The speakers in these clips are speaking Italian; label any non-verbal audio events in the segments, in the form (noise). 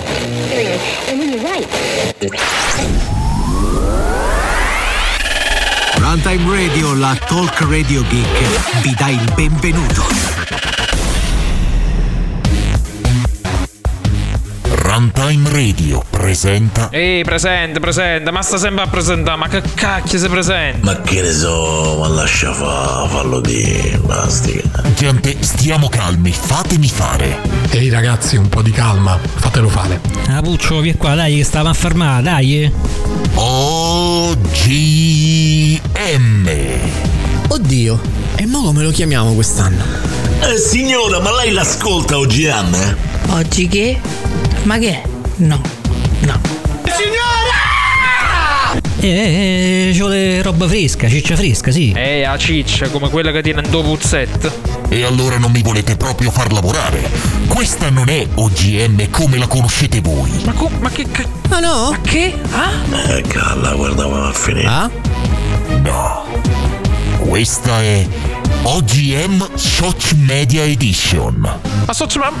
And when you write, Runtime Radio, la Talk Radio Geek, vi dà il benvenuto. Runtime Radio presenta. Ehi, presente, presente, ma sta sempre a presentare, ma che cacchio si presenta? Ma che ne so, ma lascia fa, fallo di mastica. Gente, stiamo calmi, fatemi fare. Ehi ragazzi, un po' di calma, fatelo fare. Ah, Puccio, vieni qua, dai, che stavamo a fermare, dai. eh. Eh, OGM. Oddio, e mo come lo chiamiamo quest'anno? Eh signora, ma lei l'ascolta OGM? eh? oggi che? Ma che? No, no. Eh, eh, eh, ci vuole roba fresca, ciccia fresca, sì. Ehi, la ciccia, come quella che tiene in due puzzette. E allora non mi volete proprio far lavorare? Questa non è OGM come la conoscete voi. Ma, co- ma che cacchio? Ah no? Che? Ah? Eh, calla, guarda come va a finire. Ah? No. Questa è OGM Shoch Media Edition. Ma, socio, ma,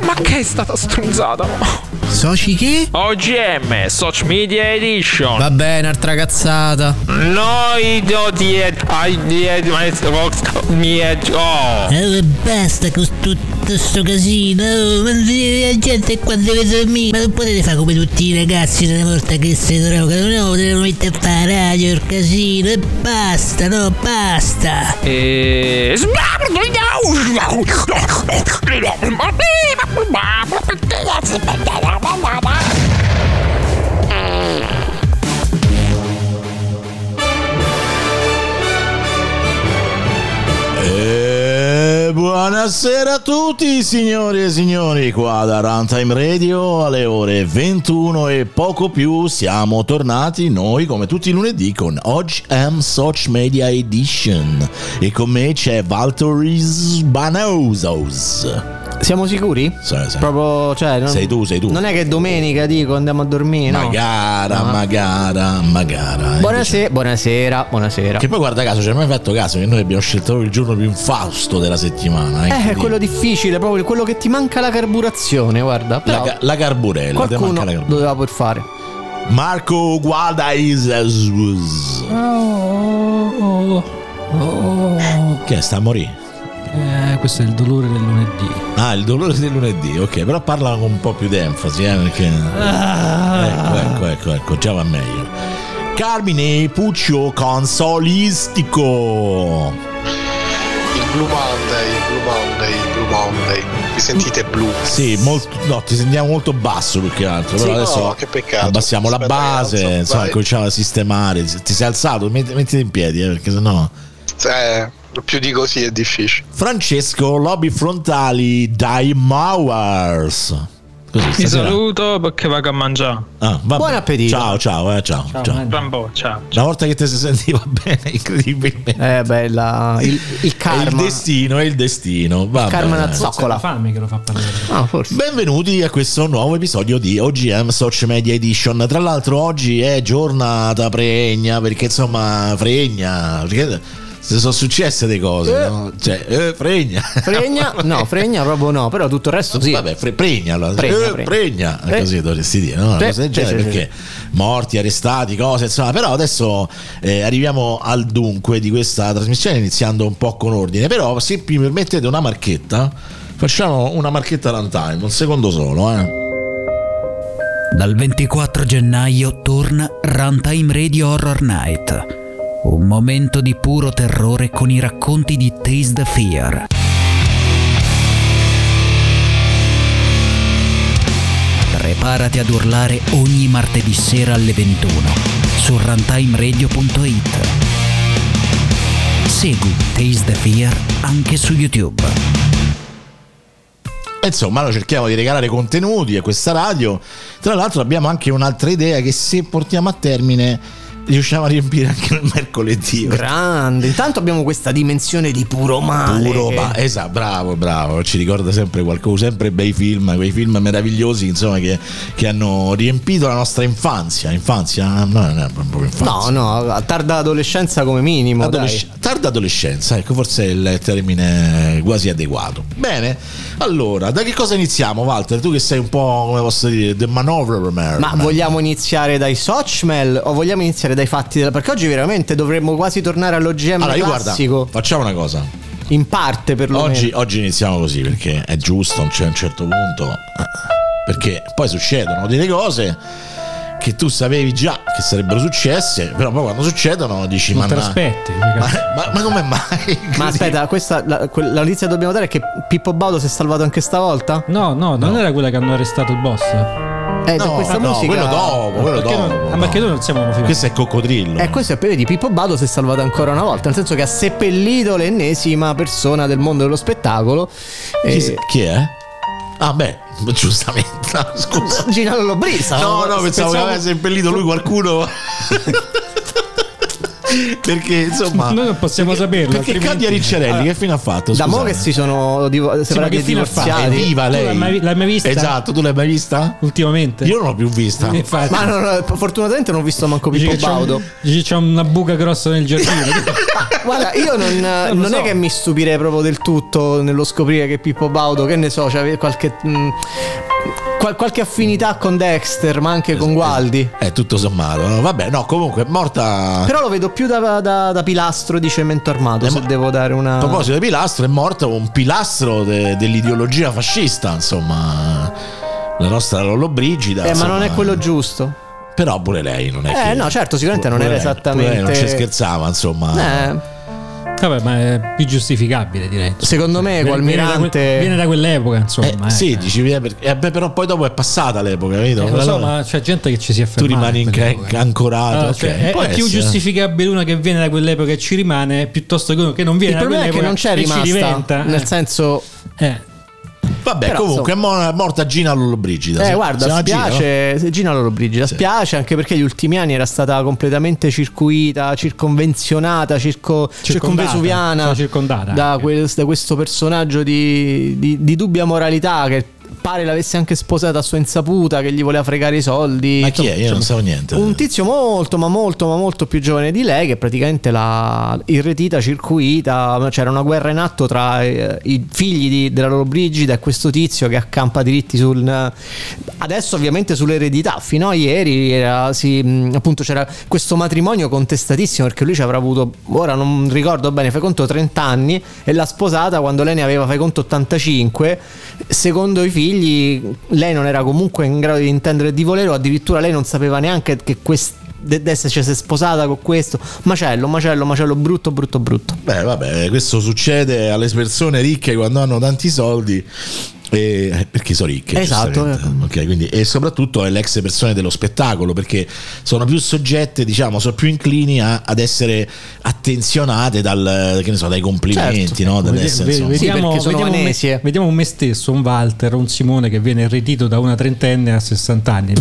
ma che è stata stronzata? Soci che? OGM, Social Media Edition. Vabbè, un'altra cazzata. Noi do di ai di ma mi è oh. Eh, basta con tutto sto casino, oh, ma la gente qua deve dormire. Ma non potete fare come tutti i ragazzi della volta che si drogano, no, devono mettere a fare la radio, il casino, e basta, no, basta. E Eh, buonasera a tutti signori e signori, qua da Runtime Radio alle ore 21 e poco più siamo tornati noi come tutti i lunedì con OGM Soch Media Edition e con me c'è Valtoris Banausos. Siamo sicuri? Sì, sì. Proprio, cioè, non, Sei tu, sei tu. Non è che domenica dico andiamo a dormire, eh, no. Magara, magara, magara. Eh, Buonasera, buonasera, buonasera. Che poi guarda caso, ci hai mai fatto caso che noi abbiamo scelto il giorno più infausto della settimana. Eh, è incredibile. quello difficile, proprio quello che ti manca la carburazione, guarda. La, Però ca- la carburella, te manca qualcuno la lo carburella. doveva pur fare. Marco Guadaisus. Che è, sta a morire? Eh, questo è il dolore del lunedì. Ah, il dolore del lunedì, ok, però parla con un po' più d'enfasi, eh, perché... Ecco, ecco, ecco, ecco, già va meglio. Carmine Puccio Consolistico. Il Blue Monday, il Blue Monday, il Blue Monday. Vi sentite blu? Sì, molto, no, ti sentiamo molto basso più che altro. Però Sì, adesso no, che peccato. Abbassiamo la Aspetta, base, alzo, insomma, vai. cominciamo a sistemare. Ti sei alzato? Metti- Mettiti in piedi, eh, perché sennò. Eh, più di così è difficile. Francesco, lobby frontali dai Mowers. Così, ti stasera- saluto perché vado a mangiare. Ah, vabbè. Buon appetito. Ciao, ciao, eh, ciao. ciao. Gran po', ciao. Una volta che te si sentiva (laughs) bene, incredibilmente. Eh, bella. Il, il È il karma. destino, è il destino. Va karma bene. una zoccola. La fame che lo fa parlare. Ah, forse. Benvenuti a questo nuovo episodio di OGM Social Media Edition. Tra l'altro oggi è giornata pregna, perché insomma fregna, perché se sono successe delle cose, no? Cioè, eh, (laughs) fregna. Fregna? No, fregna proprio no, però tutto il resto sì. Vabbè, fre- pregna, allora. Pregna, Eh, pregna. pregna. Eh. così dovresti dire, no? Una Sì, cosa del sì, genere, sì, sì, perché morti, arrestati, cose, insomma, però adesso eh, arriviamo al dunque di questa trasmissione iniziando un po' con ordine, però se mi permettete una marchetta, facciamo una marchetta runtime, un secondo solo, eh. Dal 24 gennaio torna Runtime Radio Horror Night. Un momento di puro terrore con i racconti di Taste the Fear. Preparati ad urlare ogni martedì sera alle 21 su runtimeradio.it. Segui Taste the Fear anche su YouTube. E Insomma, noi cerchiamo di regalare contenuti a questa radio. Tra l'altro abbiamo anche un'altra idea che se portiamo a termine riusciamo a riempire anche il mercoledì. Grande. Intanto abbiamo questa dimensione di puro male. Puro ma- esatto, bravo, bravo, ci ricorda sempre qualcosa, sempre bei film, quei film meravigliosi insomma che, che hanno riempito la nostra infanzia, infanzia, Ah, no, non è proprio No, infanzia. no, tarda adolescenza come minimo. Adolesc- tarda adolescenza, ecco, forse è il termine quasi adeguato. Bene, allora, da che cosa iniziamo Walter? Tu che sei un po', come posso dire, the maneuver man. dai. Ma vogliamo iniziare dai Sochmel o vogliamo iniziare dai fatti della... Perché oggi veramente dovremmo quasi tornare all'OGM Allora, io guarda, classico. facciamo una cosa. In parte perlomeno. Oggi, oggi iniziamo così perché è giusto, non c'è un certo punto. Perché poi succedono delle cose che tu sapevi già che sarebbero successe, però poi quando succedono dici Non te "Manna- l'aspetti, che Ma, cazzo". ma- ma come mai? Ma aspetta, questa, la, que- la notizia che dobbiamo dare è che Pippo Baudo si è salvato anche stavolta? No, no, non era quella che hanno arrestato il boss. Eh, No, da questa no, musica. quello dopo, quello Perché dopo. non- ah, no. perché noi non siamo una figura. Questo è coccodrillo. E Eh, questo è vedi, Pippo Baudo si è salvato ancora una volta, nel senso che ha seppellito l'ennesima persona del mondo dello spettacolo. Chi, Eh, se- chi è? Ah, beh, giustamente. No, scusa. Gina Lollobrisa. No, no, pensavo che Pensavo- avesse impellito lui qualcuno. perché insomma. Noi non possiamo saperlo. Perché altrimenti- Cadia Ricciarelli Allora, che fine ha fatto? Da mo' Scusate. che si sono divo- sì, ma separati che e fine ha fatto? È divorziati. viva Tu lei. l'hai mai, l'hai mai vista? Esatto, tu l'hai mai vista? Ultimamente. Io non l'ho più vista. Infatti. Ma non- non- fortunatamente non ho visto manco Dice Pippo che c'è, un- Baudo. dice che c'è una buca grossa nel giardino. (laughs) Guarda, io non, lo non so. è che mi stupirei proprio del tutto nello scoprire che Pippo Baudo, che ne so, c'aveva qualche. mh, qual- qualche affinità con Dexter, ma anche con Gualdi. È Eh, tutto sommato. no? Vabbè, no, comunque è morta. Però lo vedo più da, da- da pilastro di cemento armato. Eh, Se ma- devo dare una. A proposito di pilastro, è morto un pilastro de- dell'ideologia fascista, insomma. La nostra Lollobrigida. Eh, ma non è insomma. quello giusto. Però pure lei non è Eh, che- no, certo, sicuramente pure non era lei- esattamente- pure lei non ci scherzava, insomma. Eh, Vabbè, ma è più giustificabile, direi. secondo me, Viene- viene da Gualmirante. que- Viene da quell'epoca, insomma. Eh, eh. sì, dici, eh, perché- eh, beh, però poi dopo è passata l'epoca, capito? Eh, lo so, Allora ma c'è gente che ci si è tu fermata. rimani in inca- quell'epoca. ancorato. Allora, ok, cioè, è, può è più essere. giustificabile una che viene da quell'epoca e ci rimane piuttosto che uno che non viene Il da problema è che quell'epoca non c'è e ci rimasta. diventa. Nel eh. senso, Eh. Vabbè, Però, comunque è mo- è morta Gina Lollobrigida. eh, sì. guarda, Siamo a Gina, no? spiace. se Gina Lollobrigida, spiace anche perché gli ultimi anni era stata completamente circuita, circonvenzionata, circo, Circondata, circonvesuviana sono circondata da, anche. quel- da questo personaggio di, di- di dubbia moralità che pare l'avesse anche sposata a sua insaputa, che gli voleva fregare i soldi. Ma chi è? Io non so niente. Un tizio molto, ma molto, ma molto più giovane di lei, che praticamente l'ha irretita, circuita. ma C'era una guerra in atto tra eh, i figli di- della loro Brigida e questo tizio che accampa diritti sul. Adesso, ovviamente, sull'eredità. Fino a ieri era- si, mh, appunto, c'era questo matrimonio contestatissimo perché lui ci avrà avuto, ora non ricordo bene, fai conto 30 anni e l'ha sposata quando lei ne aveva, fai conto 85. Secondo i figli, lei non era comunque in grado di intendere e di volere, o addirittura lei non sapeva neanche che questo. D'esserci sposata con questo macello, macello, macello, brutto, brutto, brutto. Beh, vabbè, questo succede alle persone ricche quando hanno tanti soldi. e- eh, perché sono ricche Esatto, giustamente. Ok, quindi- e soprattutto è le ex persone dello spettacolo perché sono più soggette diciamo sono più inclini a- ad essere attenzionate dal, che ne so, dai complimenti Certo. no? Vedi- Dall'essere, vedi- insomma. Vediamo, perché sono vediamo un me, vanesie. vediamo un me stesso, un Walter, un Simone che viene irretito da una trentenne a 60 (laughs) anni.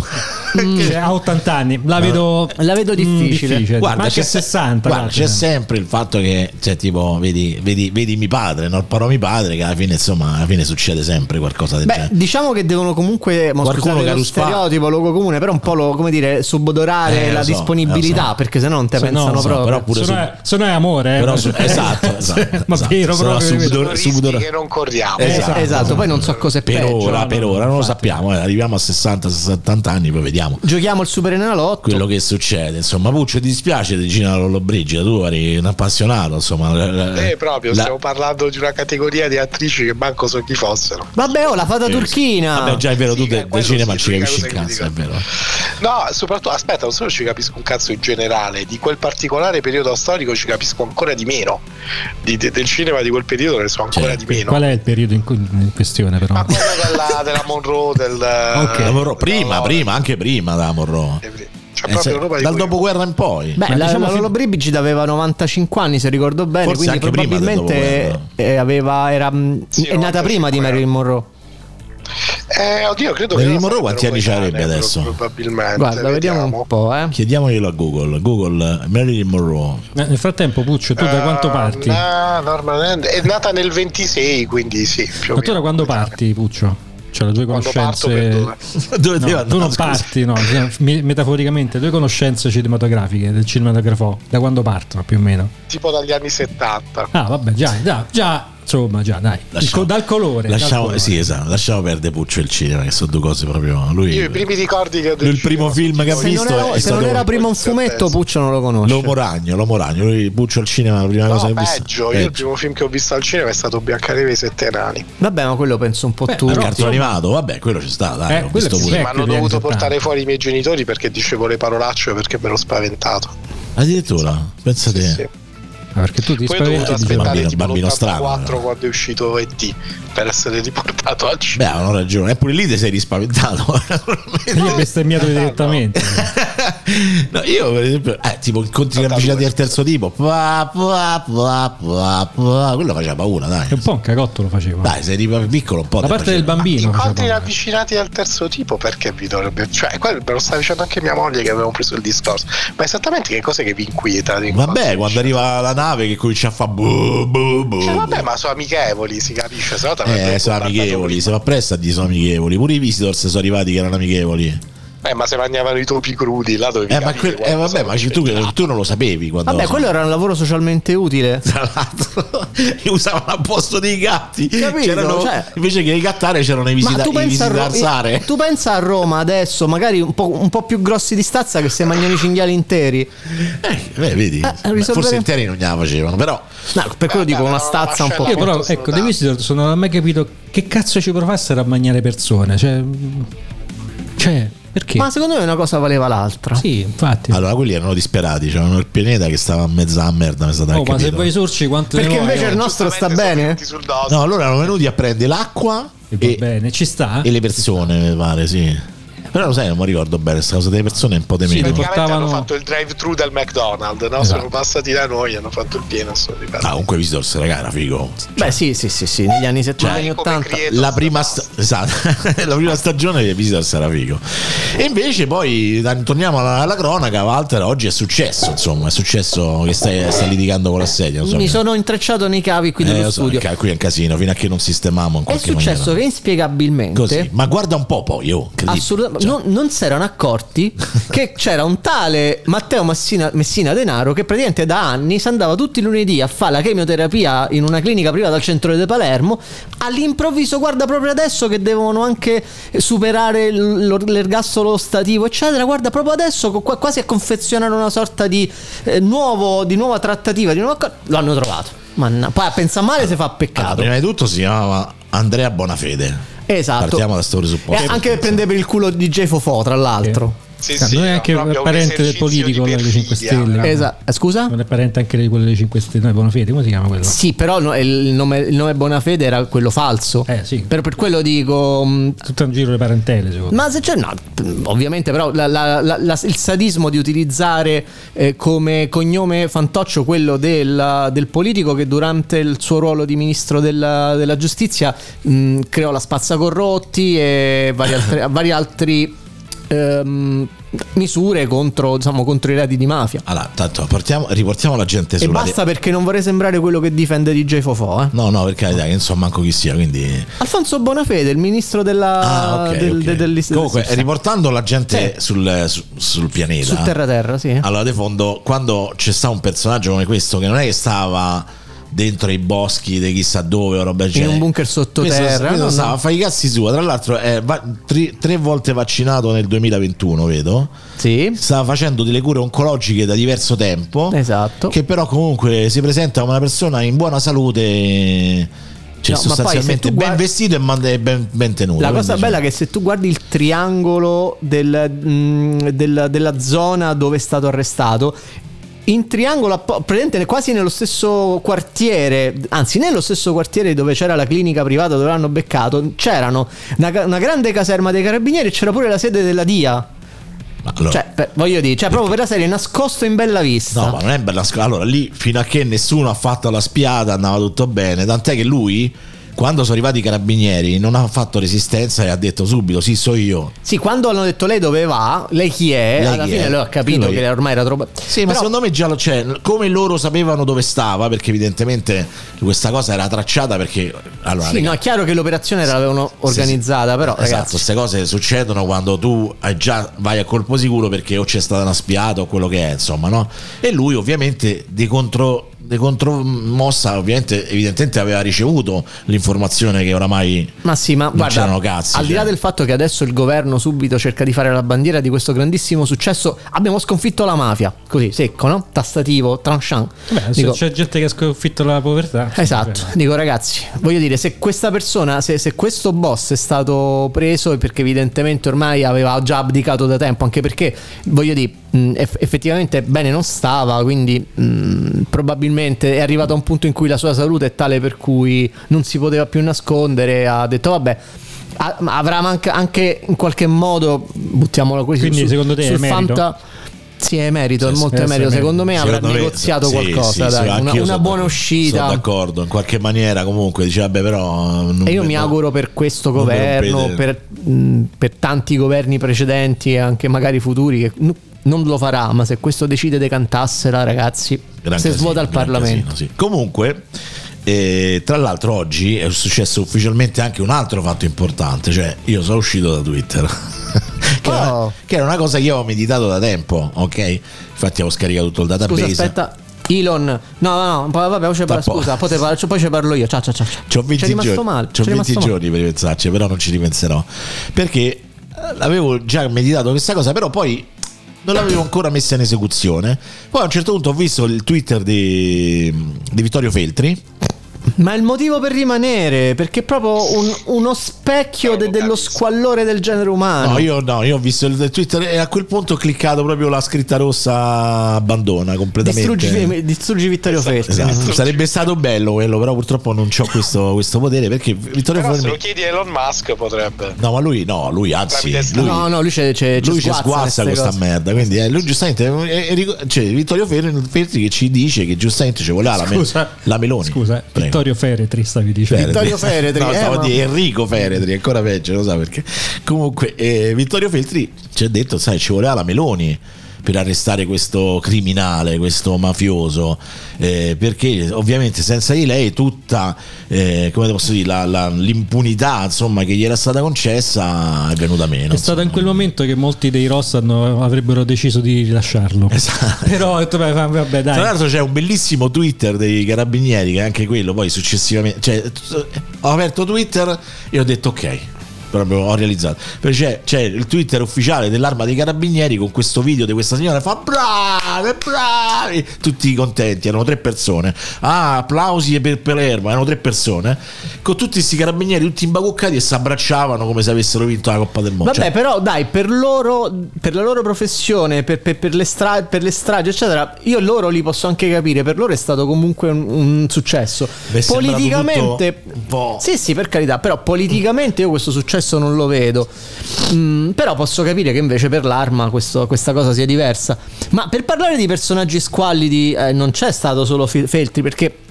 Cioè, a 80 anni. La vedo, Eh, La vedo mm, difficile. ma anche a se- 60. guarda, guarda. c'è sempre il fatto che, cioè, tipo, vedi, vedi, vedi mio padre, no? il paro mio padre, che alla fine, insomma, alla fine succede sempre qualcosa del Beh, genere. diciamo che devono comunque. Ma Cioè, Qualcuno scusate che lo ruspa. stereotipo, luogo comune, però un po' lo, come dire, subodorare Eh, lo la so, disponibilità, lo so. perché se no non te Se no, pensano lo so, proprio. però pure Se no su- è- se no è amore, eh. Però su- esatto, (laughs) Cioè, esatto, ma esatto. vero, Sarà proprio, subito- capito? Rischi Rischi subdora- che non corriamo. Eh, esatto. esatto, poi non so cosa è per peggio. ora, no, per no, ora, non lo infatti. sappiamo. eh, Arriviamo a 60-70 anni, poi vediamo Giochiamo il Super Enalotto. quello che succede. Insomma, Puccio, ti dispiace di Gina Lollobrigida, tu eri un appassionato, insomma. la- Eh, proprio, la- stiamo parlando di una categoria di attrici che manco so chi fossero. Vabbè, oh, la fata turchina. Vabbè, già è vero, tu Sì, eh, del quello cinema sì, ci l'unica capisci in cosa che cazzo, è dico. vero. No, soprattutto, aspetta, non solo ci capisco un cazzo in generale, di quel particolare periodo storico ci capisco ancora di meno. Di- de- del cinema di quel periodo ne so ancora Cioè, di meno. Qual è il periodo in, cui- in questione, però? Ma Ah. quello della, della Monroe, del... Ok, la Monroe, Eh, prima, no, prima, anche prima da Morro. C'è proprio roba di Dal cui- dopoguerra in poi. Beh, Ma la, diciamo la fin- Lolo Brigida aveva 95 anni, se ricordo bene, Forse quindi anche prima del probabilmente dopoguerra. eh, aveva- era, mh, Sì, è nata 95 prima di Marilyn Monroe. Eh, oddio, credo Marilyn che. Monroe quanti anni c'avrebbe adesso? Probabilmente. Guarda, vediamo, un po', eh. Chiediamoglielo a Google. Google eh, Marilyn Monroe. Eh, Nel frattempo, Puccio, tu da quanto Eh, parti? na- Norman Hand- è nata nel 26, quindi sì, più o Ma tu da meno. quando parti, Puccio? Cioè, le due parto, conoscenze. per dove? Dove No, devo tu andare, non scusa? parti, no, cioè, mi- metaforicamente, due conoscenze cinematografiche del cinematografo, da quando partono più o meno? Tipo dagli anni 70. Ah, vabbè, già, già, già insomma, già, dai. Il Lasciamo- co- dal colore. dal Lasciamo, colore. sì, esatto, lasciamo perdere Puccio e il cinema, che sono due cose proprio. Lui, Io i primi ricordi che ho lui il primo film che ha Se non visto era, è se non stato era prima un fumetto, Puccio non lo conosce. L'Uomo Ragno. L'Uomo Ragno. Lui, Puccio al cinema, la prima No, cosa che ha visto. peggio, io il primo film che ho visto al cinema è stato Biancaneve e i sette nani. Vabbè, ma quello penso un po' Beh, tu. il cartone animato, vabbè, quello ci sta, dai, Eh, ho quello visto sì, pure. Ma hanno quindi dovuto anni portare fuori i miei genitori perché dicevo le parolacce perché me l'ho spaventato. Addirittura, pensa te. Sì. Ah, perché tu ti Poi ho dovuto spaventi aspettare bambino- tipo bambino strano, l'84 però. quando è uscito E.T. per essere riportato al Beh, cinema. hanno ragione, eppure lì ti sei rispaventato. (laughs) e gli hai bestemmiato Esatto. direttamente. No, io, per esempio, eh, tipo incontri ravvicinati del terzo tipo, pa, pa, pa, pa, pa, quello faceva paura, dai. È un po' un cagotto lo facevo. Dai, sei arrivato piccolo un po'. La te parte del faceva- bambino. faceva Incontri paura. ravvicinati al terzo tipo perché vi dovrebbe. Cioè, quello me lo sta dicendo anche mia moglie che avevamo preso il discorso. Ma esattamente che cose che vi inquieta? di Vabbè, quando arriva la nave che comincia a fare bu, bu, bu, Cioè, Eh, bu. vabbè, ma sono amichevoli, si capisce. Se no, t'avrebbe Oh. Eh, sono buttato amichevoli, si fa presto a dire sono amichevoli. Pure i visitors sono arrivati che erano amichevoli. Eh, ma se mangiavano i topi crudi, là dove Eh, ma quel- eh, vabbè, ma ci- tu, tu non lo sapevi quando Vabbè, quello era un lavoro socialmente (laughs) utile. tra l'altro (laughs) usavano a posto dei gatti Capito, C'erano- cioè- invece che i gattare c'erano i Ma visita- tu i pensa, a Ro- eh, visitarsare tu pensa a Roma adesso, magari un po', un po' più grossi di stazza che se mangiano i cinghiali interi. Eh, beh, vedi risolvere- forse interi non gliela facevano però No, per quello dico una stazza un po' Io più. però, ecco, The Visitor sono- non ho mai capito che cazzo ci provassero a mangiare persone. Cioè, cioè perché? Ma secondo me una cosa valeva l'altra. Sì, infatti. allora quelli erano disperati c'erano il pianeta che stava a mezzo a merda mi sa dal Oh, ma se capito. vuoi sorci quante Perché ne vuoi, invece oh. il nostro sta bene? no allora erano venuti a prendere l'acqua E va bene, ci sta. e le persone mi pare sì però lo sai non mi ricordo bene questa cosa delle persone è un po' di Sì, meno perché- Praticamente hanno portavano- fatto il drive-thru del McDonald's, no? Eh. Sono passati da noi, hanno fatto il pieno. Sono ah, comunque i visitors raga era figo Beh, sì, sì, sì, sì, negli anni 70, anni 80. la prima, sta- esatto, (laughs) la prima stagione di Visitors era figo. E invece poi da- torniamo alla, alla cronaca, Walter, oggi è successo, insomma, è successo che stai, stai litigando con la sedia. Non so Mi che- sono intrecciato nei cavi qui Eh, dello lo so, studio. ca- qui è un casino, fino a che non sistemiamo in È qualche successo maniera. che inspiegabilmente. Così. Ma guarda un po' poi, oh, incredibile. Assolutamente, non, non si erano accorti (laughs) che c'era un tale Matteo Messina, Messina Denaro che praticamente da anni si andava tutti i lunedì a fare la chemioterapia in una clinica privata al centro di Palermo. All'improvviso, guarda proprio adesso che devono anche superare l- l'ergastolo stativo, eccetera. Guarda proprio adesso, co- qua- quasi a confezionare una sorta di, eh, nuovo, di nuova trattativa. Di nuovo, l'hanno trovato. Manna, poi a pensare male si fa Allora, peccato. ah, prima di tutto si chiamava Andrea Bonafede. Esatto. Partiamo da sto presupposto. E anche per prendere per il culo DJ Fofo, tra l'altro. Sì, Ah, sì, non è no, anche proprio un parente del esercizio politico di quello delle 5 perfidia. Stelle. Esa- eh, scusa? Ah. Non è parente anche di quello delle 5 Stelle, no, è Bonafede, come si chiama quello? Sì, però no- il, nome, il nome Bonafede era quello falso. Eh sì, Per, per quello dico. mh, tutto un giro di parentele, secondo me. Ma se c'è. No, mm, ovviamente, però la- la- la- la- il sadismo di utilizzare eh, come cognome fantoccio quello del, del politico che durante il suo ruolo di ministro della, della giustizia mh, creò la spazzacorrotti e vari altri. (laughs) vari altri, ehm, misure contro, diciamo, contro i reati di mafia. Allora, tanto portiamo- riportiamo la gente E sulla basta perché non vorrei sembrare quello che difende DJ Fofò. Eh. No, no, per carità, che non so manco chi sia, quindi Alfonso Bonafede, il ministro della, Ah, ok, del, ok. del- dell'is- Comunque, eh, del- riportando la gente sul, su- sul pianeta, sul terra terra, sì. allora, di fondo, quando c'è stato un personaggio come questo, che non è che stava dentro i boschi di chissà dove o roba del in genere, un bunker questo, sottoterra. questo no, stava no. a fare i cazzi sua. Tra l'altro, è va- tri- tre volte vaccinato nel 2021, vedo. Sì, Stava facendo delle cure oncologiche da diverso tempo. esatto. Che però comunque si presenta come una persona in buona salute, cioè No, ma poi se sostanzialmente tu ben guard- vestito e man- e ben, ben tenuto. La quindi, cosa cioè, bella è che se tu guardi il triangolo del- mh, del- della zona dove è stato arrestato, in triangolo, appo- praticamente quasi nello stesso quartiere, anzi nello stesso quartiere dove c'era la clinica privata dove l'hanno beccato, c'erano una, ca- una grande caserma dei carabinieri e c'era pure la sede della DIA. ma allora- Cioè, per- voglio dire, cioè, proprio per la serie nascosto in bella vista. No, ma non è bella scuola. Allora lì fino a che nessuno ha fatto la spiata andava tutto bene. Tant'è che lui quando sono arrivati i carabinieri non ha fatto resistenza e ha detto subito sì so io. Sì, quando hanno detto lei dove va, lei chi è, Lei alla chi fine è? lui ha capito Lui. che ormai era troppo... Sì, Eh, ma secondo me già lo c'è, come loro sapevano dove stava, perché evidentemente questa cosa era tracciata perché allora Sì, raga, no, è chiaro che l'operazione l'avevano sì, organizzata, però Esatto, ragazzi... queste cose succedono quando tu hai già vai a colpo sicuro perché o c'è stata una spiata o quello che è, insomma, no? E lui ovviamente di contro di contromossa ovviamente evidentemente aveva ricevuto l'informazione che oramai Ma sì, ma non guarda, c'erano cazzi. al di là cioè. del fatto che adesso il governo subito cerca di fare la bandiera di questo grandissimo successo, abbiamo sconfitto la mafia, così secco, no? Tassativo, tranchant. Beh, se Dico- c'è gente che ha sconfitto la povertà. Esatto, dico ragazzi, voglio dire, se questa persona, se, se questo boss è stato preso è perché evidentemente ormai aveva già abdicato da tempo, anche perché, voglio dire, mh, eff- effettivamente bene non stava, quindi mh, probabilmente è arrivato a un punto in cui la sua salute è tale per cui non si poteva più nascondere, ha detto vabbè... a- ma Avrà manca- anche in qualche modo, buttiamolo così, Quindi, sul- secondo te è sul merito? fanta- sì, è merito, è Sì, molto sì, emerito. sì, Secondo me avrà Eh, Secondo me- negoziato sì, qualcosa, sì, sì, anch'io dai, una, sono una d'accordo. buona uscita. Sono d'accordo, in qualche maniera comunque dice vabbè però non E io mi vedo- auguro per questo non mi governo, rompete. per, mh, per tanti governi precedenti e anche magari futuri, che n- non lo farà, ma se questo decide decantassela, ragazzi, Gran se casino, svuota il gran Parlamento. casino, sì. Comunque, eh, tra l'altro, oggi è successo ufficialmente anche un altro fatto importante. Cioè, io sono uscito da Twitter. (laughs) Che, Oh. era, che era una cosa che io avevo meditato da tempo, ok? Infatti avevo scaricato tutto il database. Scusa, aspetta. Elon, no, no, no, poi- vabbè, poi ci parla- Tra poco. scusa, poi, te parla- poi ci parlo io. Ciao, ciao, ciao. ciao. C'ho 20 C'è rimasto giorni, male. c'ho c'è 20 rimasto male. giorni per pensarci, però non ci ripenserò. Perché eh, avevo già meditato questa cosa, però poi non l'avevo ancora messa in esecuzione. Poi a un certo punto ho visto il Twitter di, di Vittorio Feltri. Ma il motivo per rimanere, perché è proprio un- uno specchio de- dello squallore del genere umano. No, io no, io ho visto il Twitter e a quel punto ho cliccato proprio la scritta rossa abbandona completamente. Distruggi, distruggi Vittorio Feltri. Esatto. Sarebbe stato bello quello, però purtroppo non ho questo, questo potere perché Vittorio Però se Forni- lo chiedi a Elon Musk potrebbe. No, ma lui no, lui anzi, Tramite- lui, No, no, lui c'è, c'è, c'è lui ci sguazza sguazza queste questa cose. merda. Quindi eh, lui giustamente eh, eh, ric- cioè, Vittorio Fer- Feltri che ci dice che giustamente ci voleva la, me- Scusa. la Meloni. Scusa, eh, Prego. Vittorio Feretri stavi dicendo. Vittorio Feretri, No, eh, stavo ma- di Enrico Feretri, ancora peggio, lo sa perché. Comunque, eh, Vittorio Feltri ci ha detto, sai, ci voleva la Meloni per arrestare questo criminale, questo mafioso, eh, perché ovviamente senza di lei tutta, eh, come posso dire, la- la- l'impunità insomma, che gli era stata concessa è venuta meno. È stato in quel momento che molti dei Ross hanno- avrebbero deciso di rilasciarlo. (laughs) Però ho detto, beh, vabbè, Tra dai. l'altro c'è un bellissimo Twitter dei carabinieri che anche quello poi successivamente... Cioè, t- ho aperto Twitter e ho detto ok, proprio ho realizzato. Perché c'è, c'è il Twitter ufficiale dell'arma dei carabinieri con questo video di questa signora fa brave, bravi, tutti contenti, erano tre persone. Ah, applausi per Palermo, erano tre persone. Con tutti questi carabinieri tutti imbacuccati e si abbracciavano come se avessero vinto la Coppa del Mondo. Vabbè, Cioè, però dai, per loro, per la loro professione, per, per- per le stra- per le stragi, eccetera, io loro li posso anche capire, per loro è stato comunque un, un successo. mi è sembrato Politicamente... tutto un po'... Sì, sì, per carità, però politicamente io questo successo non lo vedo. Mm, però posso capire che invece per l'arma questo- questa cosa sia diversa. Ma per parlare di personaggi squallidi, eh, non c'è stato solo Fel- Feltri, perché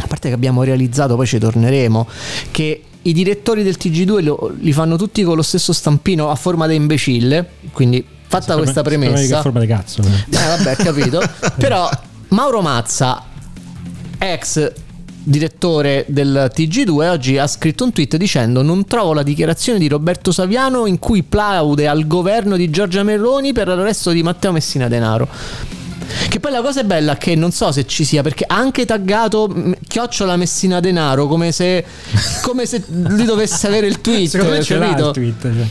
a parte che abbiamo realizzato, poi ci torneremo, che i direttori del TG2 lo- li fanno tutti con lo stesso stampino a forma da imbecille, quindi fatta questa Sembra- sembra Che premessa... forma di cazzo. eh. Eh, (laughs) vabbè, capito. Però Mauro Mazza, ex direttore del TG2, oggi ha scritto un tweet dicendo non trovo la dichiarazione di Roberto Saviano in cui plaude al governo di Giorgia Meloni per l'arresto di Matteo Messina Denaro. Che poi la cosa è bella che non so se ci sia perché ha anche taggato mh, Chiocciola Messina Denaro come se, come se lui dovesse avere il tweet. Secondo me ce l'ha capito? il tweet. cioè.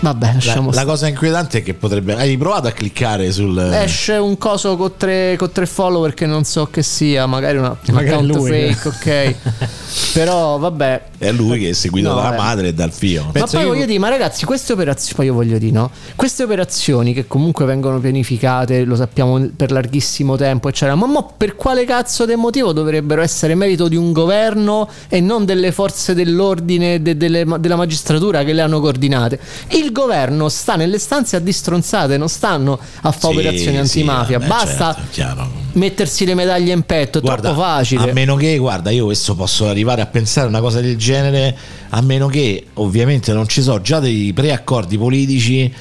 Vabbè, La, lasciamo la stare. cosa inquietante è che potrebbe... Hai provato a cliccare sul... Esce un coso con tre, con tre follower che non so che sia, magari una, un Magari account lui. fake, ok. Però vabbè. È lui che è seguito No, dalla vabbè. madre e dal figlio. Penso ma poi io- voglio dire, ma ragazzi, queste operazioni, poi io voglio dire, no? Queste operazioni che comunque vengono pianificate, lo sappiamo per larghissimo tempo, eccetera, ma mo per quale cazzo di motivo dovrebbero essere merito di un governo e non delle forze dell'ordine, de- delle- della magistratura che le hanno coordinate? Il il governo sta nelle stanze a distronzate, non stanno a fare Sì, operazioni sì, antimafia. vabbè, Basta certo, chiaro. mettersi le medaglie in petto, è troppo facile. A meno che, guarda, io questo posso arrivare a pensare una cosa del genere, a meno che ovviamente non ci sono già dei preaccordi politici,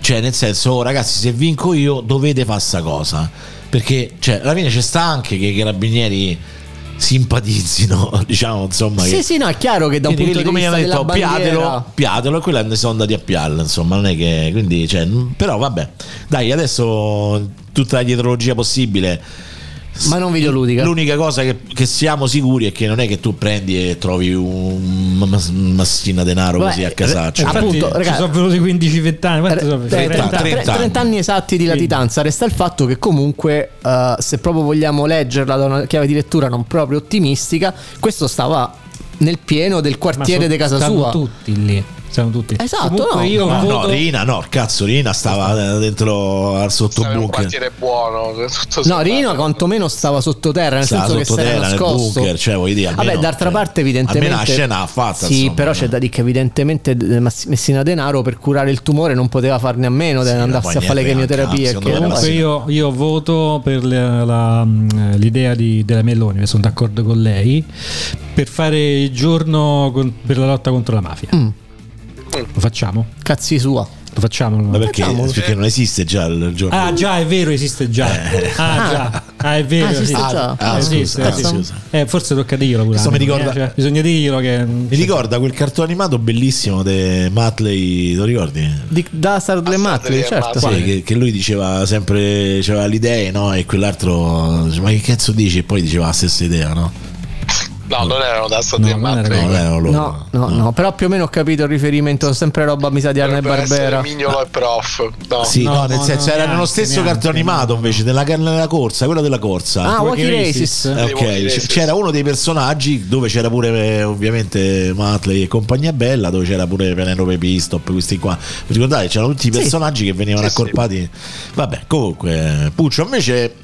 cioè nel senso, "Oh, ragazzi, se vinco io dovete fare sta cosa, perché cioè, alla fine ci sta anche che i carabinieri simpatizzino, (laughs) diciamo, insomma Sì, che sì, no, è chiaro che da un quindi punto quelli di come gli vista hanno della detto bandiera piatelo, piatelo e quelli hanno- sono andati a pialla insomma non è che quindi cioè, n- però vabbè dai adesso tutta la dietrologia possibile ma non videoludica l'unica cosa che, che siamo sicuri è che non è che tu prendi e trovi un ma- mas- massina denaro Vabbè, così a casaccio eh, appunto, Infatti, ragazzi- ci sono venuti 15-20 anni. Quanti sono? Tre- tre- 30. tre- 30, anni esatti di latitanza. Resta il fatto che, comunque, eh, se proprio vogliamo leggerla da una chiave di lettura non proprio ottimistica, questo stava nel pieno del Ma quartiere sono- di casa stanno sua. tutti lì. Siamo tutti. Esatto, Comunque no. io No, no, voto- Rina, no, cazzo, Rina stava eh, dentro al Sarebbe un sottobunker. quartiere buono. (laughs) tutto No, sommato. Rino quantomeno stava sottoterra, nel Stava senso che si era sottoterra nel nascosto. bunker, cioè, vuoi dire, almeno- Vabbè, d'altra parte evidentemente almeno la scena l'ha fatta, Sì, insomma, cioè. però c'è da dire che evidentemente eh, Mass- Messina Denaro per curare il tumore non poteva farne a meno di andarsi poi a fare le niente, chemioterapie anzi, che- secondo me Vabbè. era Comunque io, io voto per la- la- mm, l'idea di- della Meloni, che sono d'accordo con lei, per fare il giorno con- per la lotta contro la mafia. Mm. Lo facciamo? Cazzi sua. Lo facciamo? Ma perché, Facciamolo. perché non esiste già il giorno. Ah già, è vero, esiste già. Ah già, ah, è vero. Ah, esiste esiste. già. Eh. ah, Esiste, scusa, esiste. ah, scusa. Eh, forse tocca dirlo pure. Questo mi a me, ricorda- eh, cioè, bisogna dirglielo che... Mi ricorda quel cartone animato bellissimo di Matley, lo ricordi? Di, da Sardle Matley, Sardegna certo. Sì, che, che lui diceva sempre c'aveva le idee no? e quell'altro dice, ma che cazzo dici e poi diceva la stessa idea no? No, non erano da Stato di non era Matrix. no, non erano loro. No, no, no, però più o meno ho capito il riferimento, sempre roba mi sa di Arne Dovrebbero essere Barbera. Mignolo e Prof. No. Sì, no, No, nel no, senso era nello neanche, stesso neanche, cartone animato invece della, della corsa quella della corsa Ah, Walkie Walkie Races. Races. Eh, ok, Walkie Races. c- c'era uno dei personaggi dove c'era pure eh, ovviamente Matley e compagnia bella, dove c'era pure Penelope Pistop, questi qua. Vi ricordate? C'erano tutti i Sì. personaggi che venivano Sì, sì. accorpati. Vabbè, comunque, Puccio, invece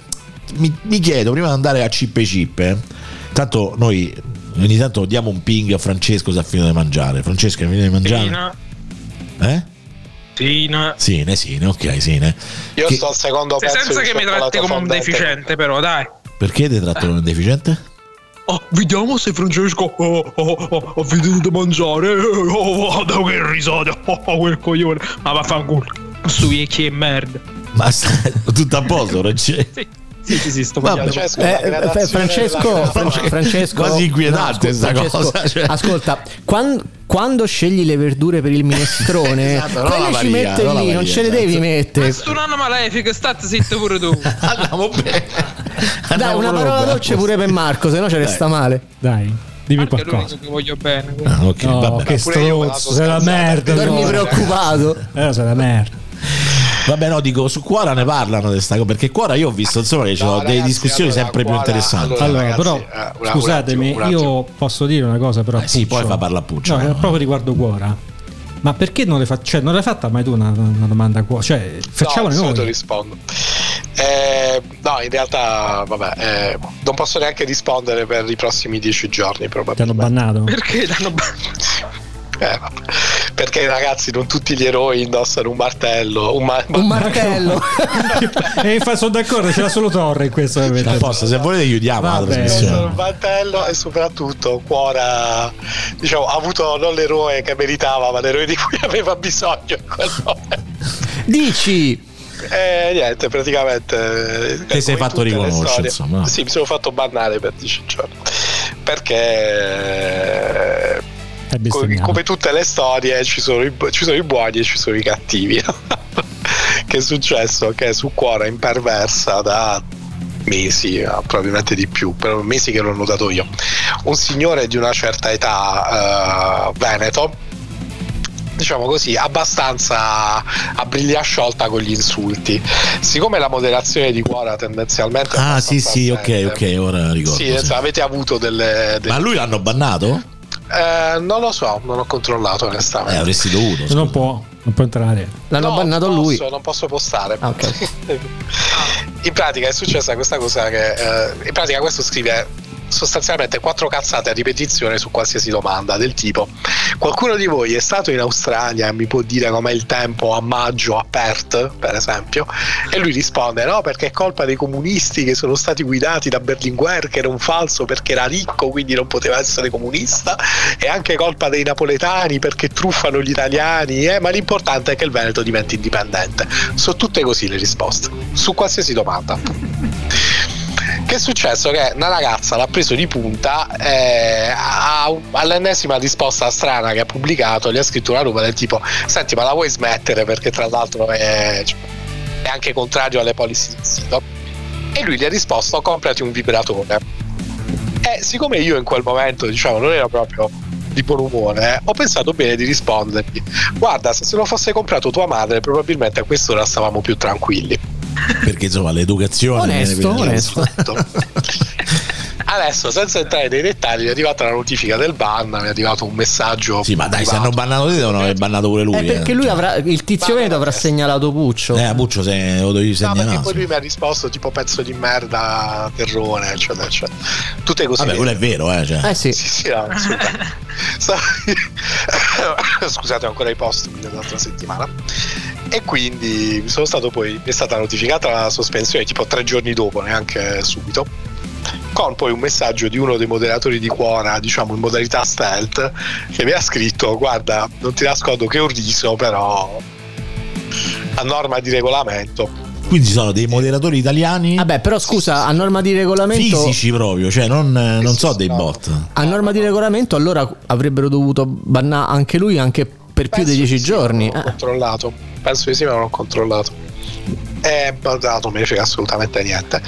mi, mi chiedo prima di andare a Cippe Cippe, tanto noi ogni tanto diamo un ping a Francesco se ha finito di mangiare. Francesco, hai finito di mangiare? Tina, Eh? Tina. Sine, sine, ok, sine. Io Che- sto al secondo pezzo Senza di che mi cioccolato tratti come un fondente. deficiente, però, dai. Perché ti tratto come un deficiente? Oh, vediamo se Francesco oh, oh, oh, ha finito di mangiare. Oh, oh, guarda che risata. Oh, oh, quel coglione. Ma vaffanculo. Su vecchi e merda. Ma sta- (laughs) tutto a posto, (laughs) Regge. Sì, sì, sì, sì sto Vabbè. mangiando. Francesco, la Eh, gradazione eh, Francesco, della- Fran- Francesco- Quasi inquietante ascolta, sta Francesco, cosa, cioè. Ascolta, quan- quando scegli le verdure (laughs) per il minestrone, Esatto, no, la quelle ci Maria, mette no, la lì, non Maria, ce le devi esatto. (laughs) mettere. Questo nonno malefico, state zitto pure tu. Andiamo bene. Dai, Andiamo una proprio parola bene. dolce pure per Marco, se no ci resta male. Dai, dimmi Che è qualcosa. l'unico che voglio bene. Ah, ok, No, vabbè. che Pure io me la strozzo, sono sei la scansata. merda. Dormi allora. preoccupato. Allora sei la merda. Vabbè, no, dico su Quora ne parlano di sta cosa perché Quora io ho visto insomma che ci sono No, delle ragazzi, discussioni allora, sempre più Quora- interessanti. allora- Allora, ragazzi, però, eh, un- un scusatemi, attimo, un io posso dire una cosa, però. Eh sì, poi fa parla Puccio, No, no. proprio riguardo Cuora. Ma perché non le fa- cioè, non l'hai fatta mai tu una, una domanda a Cuora? Cioè, facciamola no, di solito noi. rispondo. Eh, no, in realtà, vabbè, eh, non posso neanche rispondere per i prossimi dieci giorni, Ti hanno probabilmente. (laughs) bannato. (laughs) Perché l'hanno ban- Eh, vabbè. Perché ragazzi, non tutti gli eroi indossano un martello. Un, ma- Un (laughs) martello. e infatti Eh, sono d'accordo, c'era solo Torre in questo. A posto, se volete chiudiamo la Vabbè. trasmissione. indossano un martello e soprattutto Cuora diciamo, ha avuto non l'eroe che meritava, ma l'eroe di cui aveva bisogno. in quel momento. Dici, E Eh, niente, praticamente. eh, Ti sei come fatto tutte le riconoscere, storie. insomma, no? Sì, mi sono fatto bannare per 10 giorni. Perché. eh, È co- bestemmiato. come tutte le storie ci sono, i, bu- ci sono i buoni e ci sono i cattivi. (laughs) che è successo? Che su cuore è imperversa da mesi, ah, probabilmente di più, però mesi che l'ho notato io. Un signore di una certa età eh, veneto. Diciamo così, abbastanza a briglia sciolta con gli insulti. Siccome la moderazione di cuore tendenzialmente. è Ah, sì, abbastanza sì, ok, assente. ok, ora ricordo. Sì, sì. esatto, avete avuto delle. delle- Ma lui l'hanno bannato? eh, non lo so, non ho controllato Eh, onestamente. avresti dovuto. scusa. Non può, non può entrare. l'hanno No, bannato non lui. posso, Non posso postare. Ah, ok. in pratica è successa questa cosa che. eh, in pratica questo scrive sostanzialmente quattro cazzate a ripetizione su qualsiasi domanda del tipo qualcuno di voi è stato in Australia e mi può dire com'è il tempo a maggio a Perth per esempio e lui risponde no perché è colpa dei comunisti che sono stati guidati da Berlinguer che era un falso perché era ricco quindi non poteva essere comunista è anche colpa dei napoletani perché truffano gli italiani eh, ma l'importante è che il Veneto diventi indipendente sono tutte così le risposte su qualsiasi domanda che è successo? Che una ragazza l'ha preso di punta eh, ha- all'ennesima risposta strana che ha pubblicato, gli ha scritto una roba del tipo: Senti, ma la vuoi smettere? Perché tra l'altro è, cioè, è anche contrario alle policy del sito. E lui gli ha risposto: Comprati un vibratore. E siccome io in quel momento, diciamo, non ero proprio di buon umore, eh, ho pensato bene di rispondergli: Guarda, se se lo fosse comprato tua madre, probabilmente a quest'ora stavamo più tranquilli. Perché insomma l'educazione Onesto, viene onesto. (laughs) Adesso, senza entrare nei dettagli, mi è arrivata la notifica del ban, mi è arrivato un messaggio. Sì, ma dai, se hanno privato. bannato te devono aver bannato pure lui. Eh, perché eh. lui avrà. Il tizio Veneto avrà segnalato Puccio. Eh, a Buccio se lo devi No, perché segnalare. poi lui mi ha risposto tipo pezzo di merda, terrone, eccetera, eccetera. Tutte così. Vabbè, quello è vero, eh. Cioè. Eh sì. Sì, sì, no, scusa. So- (coughs) Scusate, ho ancora i post dell'altra settimana. E quindi sono stato poi, mi è stata notificata la sospensione tipo tre giorni dopo, neanche subito. Con poi un messaggio di uno dei moderatori di Quora, diciamo in modalità stealth, che mi ha scritto: Guarda, non ti nascondo che ho riso, però a norma di regolamento. Quindi ci sono dei moderatori italiani Vabbè, però scusa, a norma di regolamento. fisici proprio, cioè non, non so dei bot. A norma di regolamento, allora avrebbero dovuto bannare anche lui anche per più di 10 giorni. Ho Eh, controllato. Penso di sì, ma non ho controllato. Eh, ma no, non me ne frega assolutamente niente.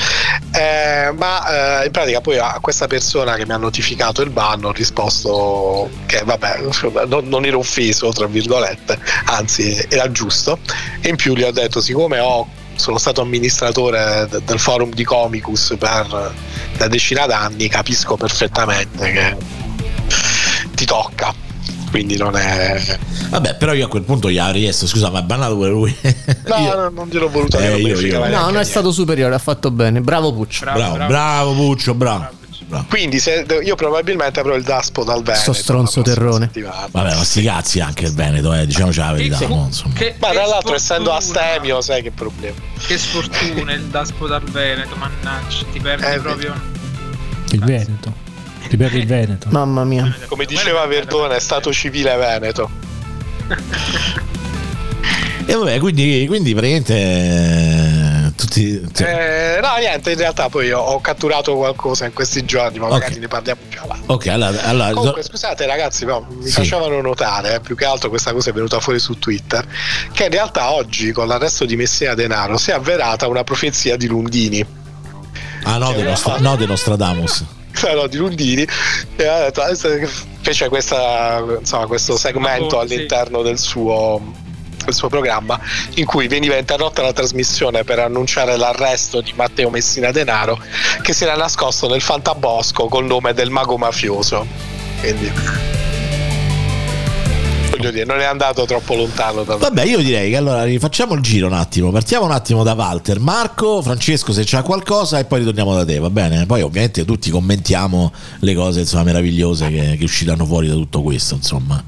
Eh, ma eh, in pratica poi a questa persona che mi ha notificato il ban ho risposto che vabbè, (laughs) non, non ero offeso, tra virgolette, anzi era giusto. E in più gli ho detto, siccome ho- sono stato amministratore de- del forum di Comicus per una decina d'anni, capisco perfettamente che ti tocca. Quindi non è... Vabbè, però io a quel punto gli avrei chiesto, scusa, ma è bannato pure lui. (laughs) No, no, non gliel'ho voluto Eh, dire. io- io- No, non è stato superiore, ha fatto bene. Bravo Puccio. bravo, bravo, Puccio, bravo. Quindi se- io probabilmente avrò il daspo dal Sto Veneto. stronzo terrone. Vabbè, ma sti cazzi anche il Veneto, eh, diciamoci la verità. Sì. mo, insomma. Ma tra l'altro essendo astemio sai che problema. Che sfortuna il Daspo dal Veneto, mannaggia, ti perdi Eh, proprio. Il Veneto. Ti perdi il Veneto. Mamma mia. Come diceva Verdone, è stato civile Veneto. E vabbè, quindi, quindi praticamente eh, tutti... cioè, Eh, no, niente, in realtà poi ho, ho catturato qualcosa in questi giorni, ma magari ne parliamo più avanti. Ok, allora... allora Comunque, scusate ragazzi, però mi facevano notare, eh, più che altro questa cosa è venuta fuori su Twitter, che in realtà oggi con l'arresto di Messina Denaro si è avverata una profezia di Lundini. ah no, de Nostra- no, de Nostradamus. (laughs) No, no, di Lundini e ha detto, adesso che fece questa, insomma, questo segmento Ah, sì. all'interno del suo, del suo programma in cui veniva interrotta la trasmissione per annunciare l'arresto di Matteo Messina Denaro che si era nascosto nel fantabosco col nome del mago mafioso quindi voglio dire non è andato troppo lontano da Vabbè, io direi che allora rifacciamo il giro un attimo. Partiamo un attimo da Walter, Marco, Francesco se c'ha qualcosa e poi ritorniamo da te, va bene? Poi ovviamente tutti commentiamo le cose insomma, meravigliose che, che usciranno fuori da tutto questo, insomma.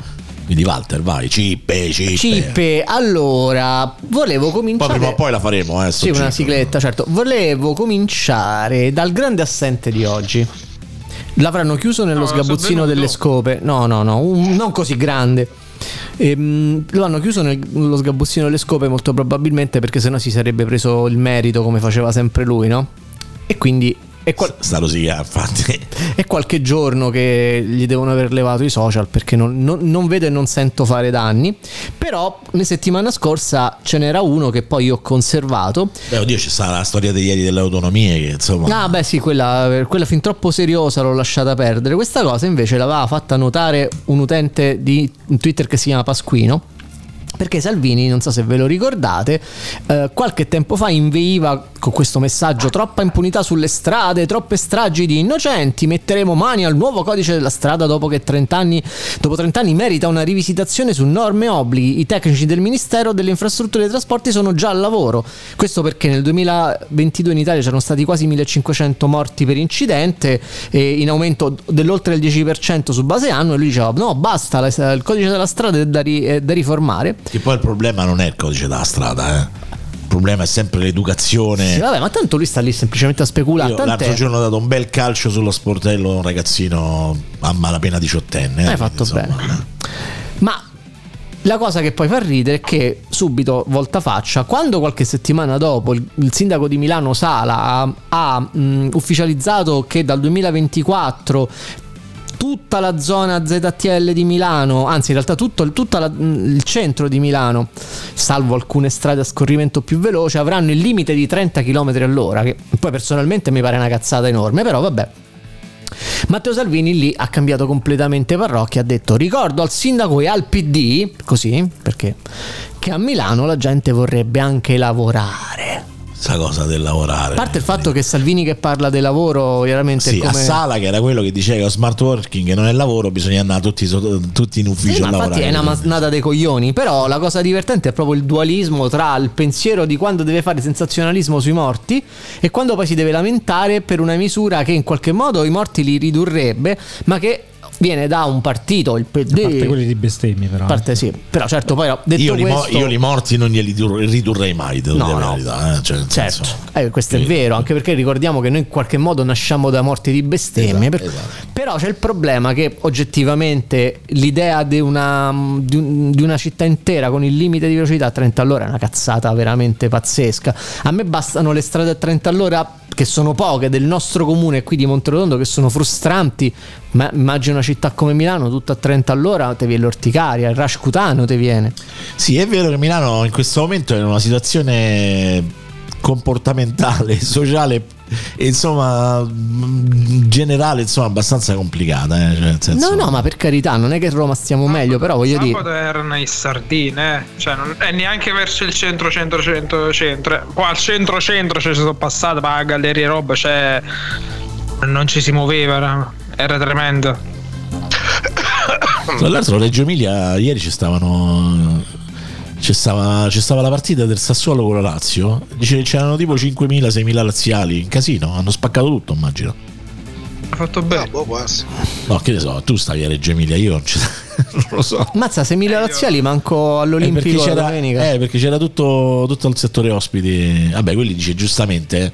Quindi Walter, vai, cippe, cippe. Cippe, allora, volevo Poi cominciare. prima o poi la faremo, eh. sto Sì, una giro. sigletta, certo. Volevo cominciare dal grande assente di oggi. L'avranno chiuso nello No, sgabuzzino sono delle venuto. scope. No, no, no, un- non così grande. Ehm, lo hanno chiuso nel- nello sgabuzzino delle scope molto probabilmente perché sennò si sarebbe preso il merito come faceva sempre lui, no? E quindi è, qual- Sta rosicà, infatti. è qualche giorno che gli devono aver levato i social perché non, non- non vedo e non sento fare danni. Però la settimana scorsa ce n'era uno che poi io ho conservato Beh, oddio, c'è stata la storia di ieri delle autonomie che insomma... Ah, beh, sì, quella, quella fin troppo seriosa l'ho lasciata perdere. Questa cosa invece l'aveva fatta notare un utente di Twitter che si chiama Pasquino. Perché Salvini, non so se ve lo ricordate, eh, qualche tempo fa inveiva con questo messaggio troppa impunità sulle strade, troppe stragi di innocenti, metteremo mani al nuovo codice della strada dopo che 30 anni, dopo 30 anni merita una rivisitazione su norme e obblighi. I tecnici del Ministero delle Infrastrutture e dei Trasporti sono già al lavoro. Questo perché nel 2022 in Italia c'erano stati quasi 1500 morti per incidente, eh, in aumento dell'oltre il 10% su base anno e lui diceva no basta, la- il codice della strada è da, ri- è da riformare. Che poi il problema non è il codice della strada, eh. Il problema è sempre l'educazione. Sì, vabbè, ma tanto lui sta lì semplicemente a speculare. Io tant'è- l'altro giorno ho dato un bel calcio sullo sportello a un ragazzino a malapena diciottenne. eh, Hai fatto insomma. bene. Ma la cosa che poi fa ridere è che subito volta faccia, quando qualche settimana dopo il, il sindaco di Milano Sala ha, ha, mh, ufficializzato che dal 2024 tutta la zona ZTL di Milano, anzi in realtà tutto, tutta la- mh, il centro di Milano, salvo alcune strade a scorrimento più veloce, avranno il limite di 30 km all'ora, che poi personalmente mi pare una cazzata enorme, però vabbè. Matteo Salvini lì ha cambiato completamente parrocchia, ha detto ricordo al sindaco e al PD, così, perché che a Milano la gente vorrebbe anche lavorare. Sta cosa del lavorare. A parte il fatto che Salvini che parla del lavoro, chiaramente Sì, è come... a Sala che era quello che diceva che lo smart working non è lavoro, bisogna andare tutti, sotto- tutti in ufficio Sì, ma a infatti lavorare. è una masnada dei coglioni, però la cosa divertente è proprio il dualismo tra il pensiero di quando deve fare sensazionalismo sui morti e quando poi si deve lamentare per una misura che in qualche modo i morti li ridurrebbe, ma che viene da un partito, il PD. A parte quelli di bestemmie, però. A parte sì, però certo poi no, detto Ah. io, li mo- questo, io li morti non glieli dur- ridurrei mai, devo No, dire la no. verità. eh, cioè, nel certo, senso- eh, questo è vero, anche perché ricordiamo che noi in qualche modo nasciamo da morti di Esatto, bestemmie, per- però c'è il problema che oggettivamente l'idea di una, di un- di una città intera con il limite di velocità a 30 all'ora è una cazzata veramente pazzesca, a me bastano le strade a 30 all'ora che sono poche del nostro comune qui di Monterotondo che sono frustranti, ma immagino una città come Milano tutta a 30 all'ora te viene l'orticaria, il rash cutaneo te viene. Sì, è vero che Milano in questo momento è in una situazione comportamentale, (laughs) sociale e insomma mh, generale insomma abbastanza complicata eh, cioè, nel senso- No, no, ma per carità, non è che a Roma stiamo meglio, però voglio dire... Sabato erano i sardine, eh. cioè non è neanche verso il centro, centro, centro, centro. Eh, Qua al centro, centro ci sono passato, ma a gallerie e roba, cioè non ci si muoveva, era, era tremendo. Tra l'altro Reggio Emilia ieri ci stavano ci stava, ci stava la partita del Sassuolo con la Lazio. Dice che c'erano tipo 5.000-6.000 laziali in casino, hanno spaccato tutto, immagino. Ha fatto bene. boh, No, che ne so, tu stavi a Reggio Emilia, io non ci non lo so. Mazza, 6.000 laziali manco Eh, perché all'Olimpico la c'era, domenica. eh, perché c'era tutto, tutto il settore ospiti. Vabbè, quelli dice giustamente. eh,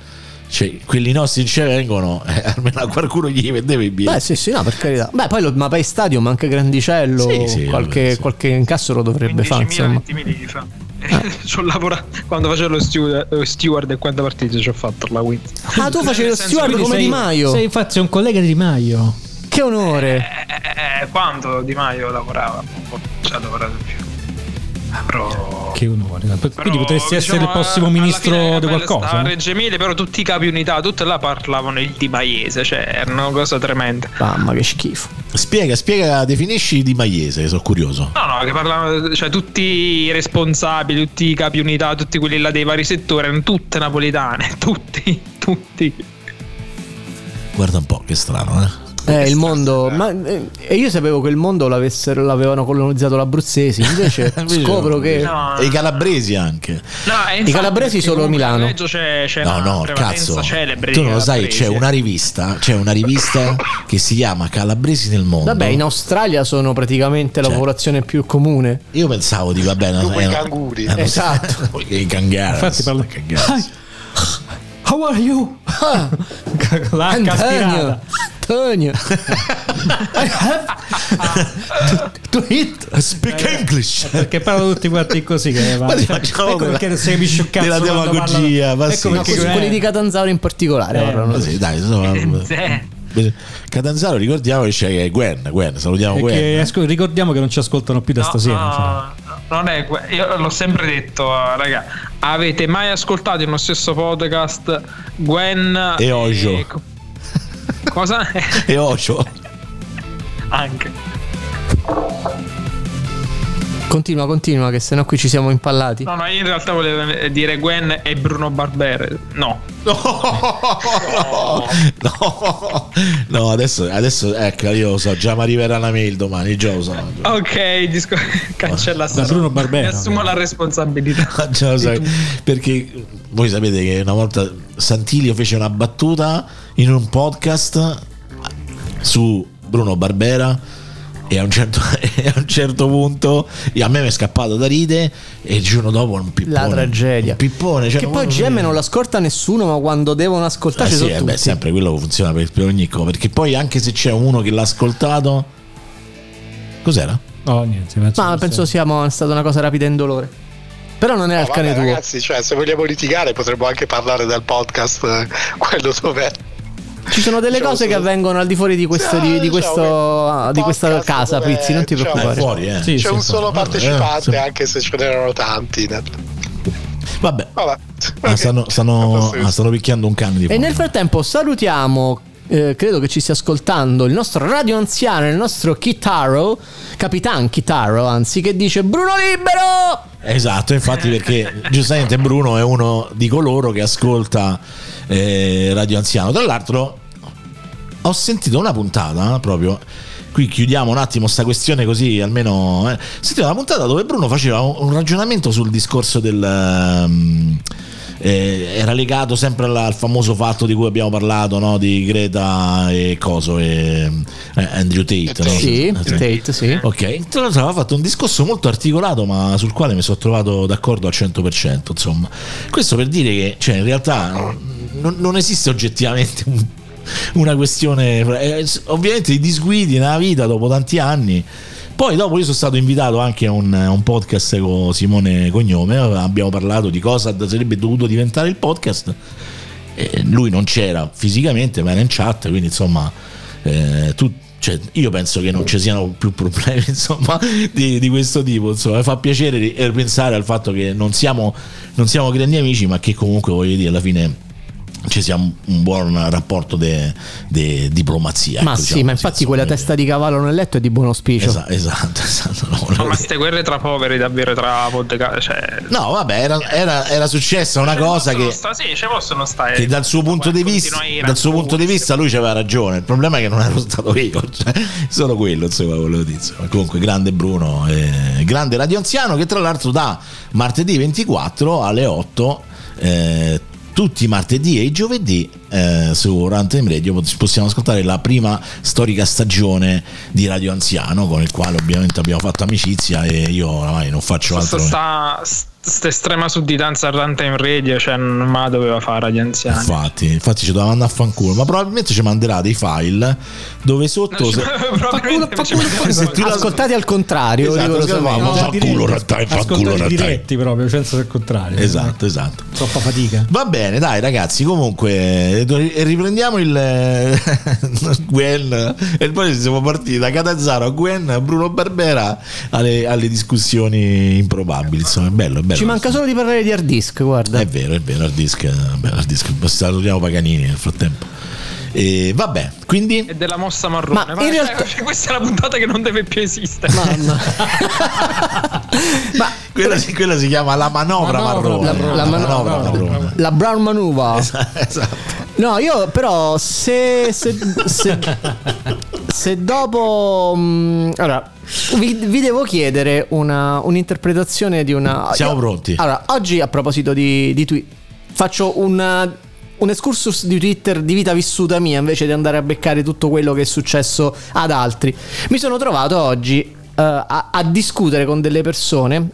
cioè, quelli nostri ci vengono, eh, (laughs) almeno a qualcuno gli vendeva i Beh, biglietti. sì, sì, no, per carità. Beh, poi lo Mapai Stadium, anche Grandicello, Sì, sì, qualche, vabbè, sì. qualche incasso lo dovrebbe fare, 10.000, insomma. 20.000 li fa. (laughs) Ci ho lavorato quando facevo lo steward, lo steward e quante partite ci ho fatto la win. Ah, tu facevi lo steward come Di Maio. Sei infatti un collega di Di Maio. Che onore. Eh, quando Di Maio lavorava, ci ha lavorato di più. Eh, Però Che onore. Quindi potresti essere diciamo, il prossimo alla ministro Beh, di qualcosa. stava a no? Reggio Emilia, però tutti i capi unità, tutte là parlavano il di Maiese, cioè era una cosa tremenda. Mamma che schifo. Spiega, spiega, definisci di Maiese, sono curioso. No, no, che parlavano, cioè tutti i responsabili, tutti i capi unità, tutti quelli là dei vari settori, erano tutte napoletane, (laughs) tutti, tutti. Guarda un po', che strano, eh. Eh, il mondo. Ma, eh, e io sapevo che il mondo l'avessero- l'avevano colonizzato l'abruzzesi. Invece Invece scopro no. che. No. E i calabresi anche. No, e I perché calabresi eh, solo comunque Milano. in Reggio c'è, c'è No, una no, prevalenza cazzo. celebre. Tu di non lo sai, calabresi. c'è una rivista, c'è una rivista che si chiama Calabresi nel mondo. Vabbè, in Australia sono praticamente la popolazione più comune. Io pensavo di va bene, Come eh, i no. canguri. Eh, no, (laughs) Esatto. come i cangari. Infatti parla- cangari. How are you? L'H Antonio, aspirata. Antonio. I have to, to eat. Speak Eh, English. Perché parlano tutti quanti così. Che (laughs) va. Ma ti facciamo ecco quella- perché non si capisce un cazzo. della quando demagogia, parlano. ma ecco sì. No, perché su eh, quelli di Catanzaro in particolare. Eh, parlano. Così, dai, (laughs) insomma, Catanzaro, ricordiamo che c'è Gwen, Gwen, salutiamo Gwen. perché ascol- ricordiamo che non ci ascoltano più da stasera. insomma. No, non è que- io l'ho sempre detto, eh, raga. Avete mai ascoltato in uno stesso podcast Gwen E Ojo. co- (laughs) Cosa? E Ocio. Anche. Continua, continua, che sennò qui ci siamo impallati. No, no, io in realtà volevo dire Gwen e Bruno Barbera. No. No, (laughs) no, no, adesso, adesso ecco, io lo so, già mi arriverà una mail domani, già lo so. Già. Ok, disco... (laughs) cancella Da Bruno Barbera. Mi assumo la responsabilità. Già lo sai, perché voi sapete che una volta Santilio fece una battuta in un podcast su Bruno Barbera e a un certo, (laughs) e a un certo punto a me mi è scappato da ride e il giorno dopo un pippone. La tragedia. Un pippone. cioè, che non- poi GM non la ascolta nessuno, ma quando devono Eh ascoltarci sì, sono eh, tutti. beh, sempre quello funziona per, per ogni cosa. Perché poi anche se c'è uno che l'ha ascoltato... Cos'era? No, niente. Ma penso sia stata una cosa rapida e indolore. Però non era il cane Vabbè, tuo. ragazzi, cioè, se vogliamo litigare, potremmo anche parlare del podcast, eh, quello dove Ci sono delle diciamo cose che avvengono al di fuori di, questo, di, di questo- ah, di questa casa, Pizzi, non ti diciamo Eh, preoccupare. c'è un solo partecipante, anche se ce n'erano tanti. nel- Vabbè. Vabbè. Ah, stanno, (laughs) stanno- ah, stanno picchiando un cane di E nel frattempo salutiamo, eh, credo che ci stia ascoltando, il nostro radio anziano, il nostro Kitaro, Capitan Kitaro, anzi, che dice Bruno Libero! Esatto, infatti perché giustamente Bruno è uno di coloro che ascolta eh, Radio Anziano. Tra l'altro ho sentito una puntata eh, proprio qui chiudiamo un attimo sta questione così almeno eh. sentito una puntata dove Bruno faceva un, un ragionamento sul discorso del ehm, eh, era legato sempre alla- al famoso fatto di cui abbiamo parlato no? di Greta e Coso e eh, Andrew Tate no? Sì, Eh, Tate, sì. Ok, tra l'altro aveva fatto un discorso molto articolato, ma sul quale mi sono trovato d'accordo al 100%. Insomma, questo per dire che cioè, in realtà non, non esiste oggettivamente un- una questione. eh, s- ovviamente i disguidi nella vita dopo tanti anni. Poi dopo io sono stato invitato anche a un, a un podcast con Simone Cognome, abbiamo parlato di cosa sarebbe dovuto diventare il podcast. Eh, lui non c'era fisicamente, ma era in chat, quindi insomma, eh, tu- cioè, io penso che non ci siano più problemi (laughs) insomma, di, di questo tipo. Insomma, fa piacere ri- eh, pensare al fatto che non siamo, non siamo grandi amici, ma che comunque voglio dire, alla fine ci sia un un buon rapporto di diplomazia. ma ecco, sì, diciamo ma così, infatti quella testa di cavallo nel letto è di buon auspicio. Esa- esatto, (laughs) esatto. no, No, ma ste guerre tra poveri, davvero, tra podcast. Cioè... No, vabbè, era, era- era successa una cosa che, Sta- sì, ci possono stare. che dal, suo punto di vista, continua eh, a ir dal suo punto di vista lui c'aveva ragione. Il problema è che non ero stato io, (laughs) cioè, solo quello, insomma, volevo dire. insomma. Comunque, grande Bruno, eh, grande Radio Anziano, che tra l'altro da martedì 24 alle 8. eh, tutti i martedì e i giovedì eh, su Runtime Radio pot- possiamo ascoltare la prima storica stagione di Radio Anziano con il quale ovviamente abbiamo fatto amicizia e io oramai non faccio Sta, altro. sta, sta estrema sudditanza a Runtime Radio, cioè, non ma doveva fare gli anziani. Eh, Infatti, infatti ci doveva andare a fanculo, ma probabilmente ci manderà dei file dove sotto... (laughs) se- Cioè, Se tu ascoltati al contrario, Esatto, ascoltavamo, rigorosamente. No, fanculo, diretti. rattai, fanculo, Ascolta i rattai. diretti proprio, senza il contrario. Esatto, esatto. Troppa fatica. Va bene, dai ragazzi, comunque eh, riprendiamo il eh, (laughs) Gwen e poi siamo partiti da Catazzaro a Gwen, a Bruno Barbera alle, alle discussioni improbabili, insomma, è bello, è bello. Ci manca solo di parlare di hard disk, guarda. È vero, è vero, hard disk, eh, bello, hard disk, salutiamo Paganini nel frattempo. E vabbè, quindi... E della mossa marrone. Ma in (laughs) realtà... questa è la puntata che non deve più esistere. (laughs) Quella si, quella si chiama la manovra, marrone. La- la man- manovra marrone. La Brown (laughs) Manuva. Esatto. No, io però se se, se- se dopo mm, allora vi, vi devo chiedere una- un'interpretazione di una Siamo pronti. Allora, oggi a proposito di, di tweet faccio un un excursus di Twitter di vita vissuta mia invece di andare a beccare tutto quello che è successo ad altri. Mi sono trovato oggi eh, a, a discutere con delle persone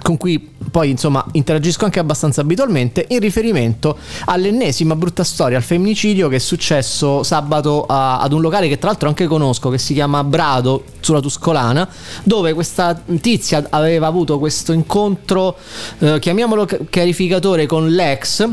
con cui poi insomma interagisco anche abbastanza abitualmente in riferimento all'ennesima brutta storia al femminicidio che è successo sabato a- ad un locale che tra l'altro anche conosco che si chiama Brado sulla Tuscolana dove questa tizia aveva avuto questo incontro eh, chiamiamolo ca- carificatore con l'ex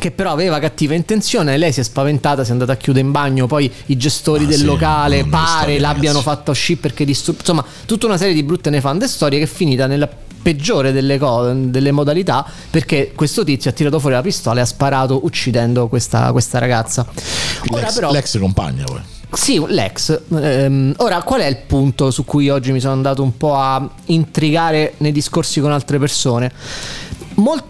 che però aveva cattiva intenzione, lei si è spaventata, si è andata a chiudere in bagno, poi i gestori Ah, del sì, locale no, no, pare storie, l'abbiano ragazzi. fatta uscire perché disturba, insomma tutta una serie di brutte nefande storie che è finita nella peggiore delle, co- delle modalità perché questo tizio ha tirato fuori la pistola e ha sparato uccidendo questa, questa ragazza. Ora L'ex, però l'ex compagna poi. Sì, l'ex. Ehm, ora, qual è il punto su cui oggi mi sono andato un po' a intrigare nei discorsi con altre persone? Mol-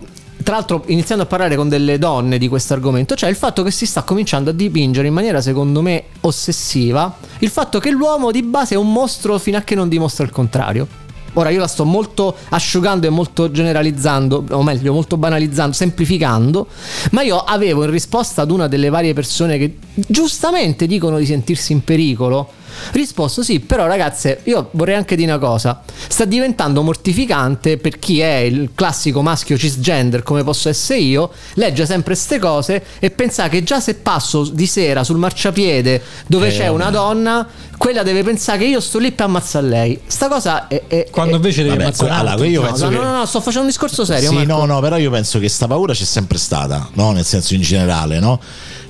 tra l'altro, iniziando a parlare con delle donne di questo argomento, cioè il fatto che si sta cominciando a dipingere in maniera, secondo me, ossessiva il fatto che l'uomo di base è un mostro fino a che non dimostra il contrario. Ora io la sto molto asciugando e molto generalizzando, o meglio, molto banalizzando, semplificando, ma io avevo in risposta ad una delle varie persone che giustamente dicono di sentirsi in pericolo, risposto sì, però ragazze, io vorrei anche dire una cosa, sta diventando mortificante per chi è il classico maschio cisgender come posso essere io, legge sempre queste cose e pensa che già se passo di sera sul marciapiede dove Eh, c'è una donna, quella deve pensare che io sto lì per ammazzare lei. Sta cosa è... è- Quando invece devi Vabbè, ammazzare allora, altri. io No, penso no, che- no, no, no, sto facendo un discorso serio. Sì, Marco. no, no, però io penso che sta paura c'è sempre stata, no? Nel senso in generale, no?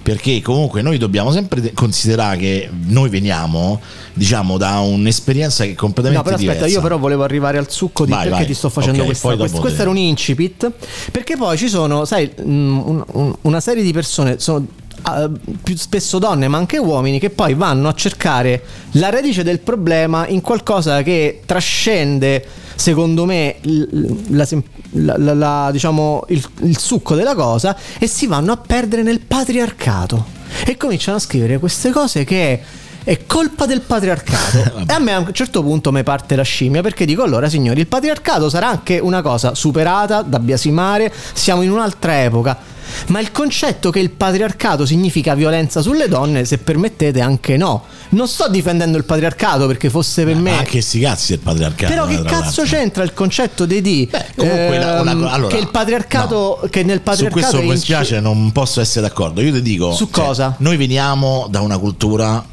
Perché comunque noi dobbiamo sempre de- considerare che noi veniamo, diciamo, da un'esperienza che è No, completamente però aspetta, diversa. io però volevo arrivare al succo di Vai, perché vai. ti sto facendo Ok, questa. poi quest- dopo questo te. era un incipit. Perché poi ci sono, sai, mh, un- un- una serie di persone, sono ah, più spesso donne, ma anche uomini, che poi vanno a cercare la radice del problema in qualcosa che trascende, secondo me, il- la sem- la- la- la- diciamo, il- il succo della cosa e si vanno a perdere nel patriarcato. E cominciano a scrivere queste cose che. È colpa (laughs) del patriarcato. e a me a un certo punto mi parte la scimmia perché dico allora signori, il patriarcato sarà anche una cosa superata, da biasimare, siamo in un'altra epoca. Ma il concetto che il patriarcato significa violenza sulle donne, se permettete anche no. Non sto difendendo il patriarcato perché fosse per me... Ma che sti cazzi del patriarcato. Però eh, che tra cazzo c'entra il concetto di di comunque la- la- ehm, allora, che il patriarcato che nel Su patriarcato questo è mi inci- spiace, non posso essere d'accordo. Io ti dico: Su cioè, cosa? Noi veniamo da una cultura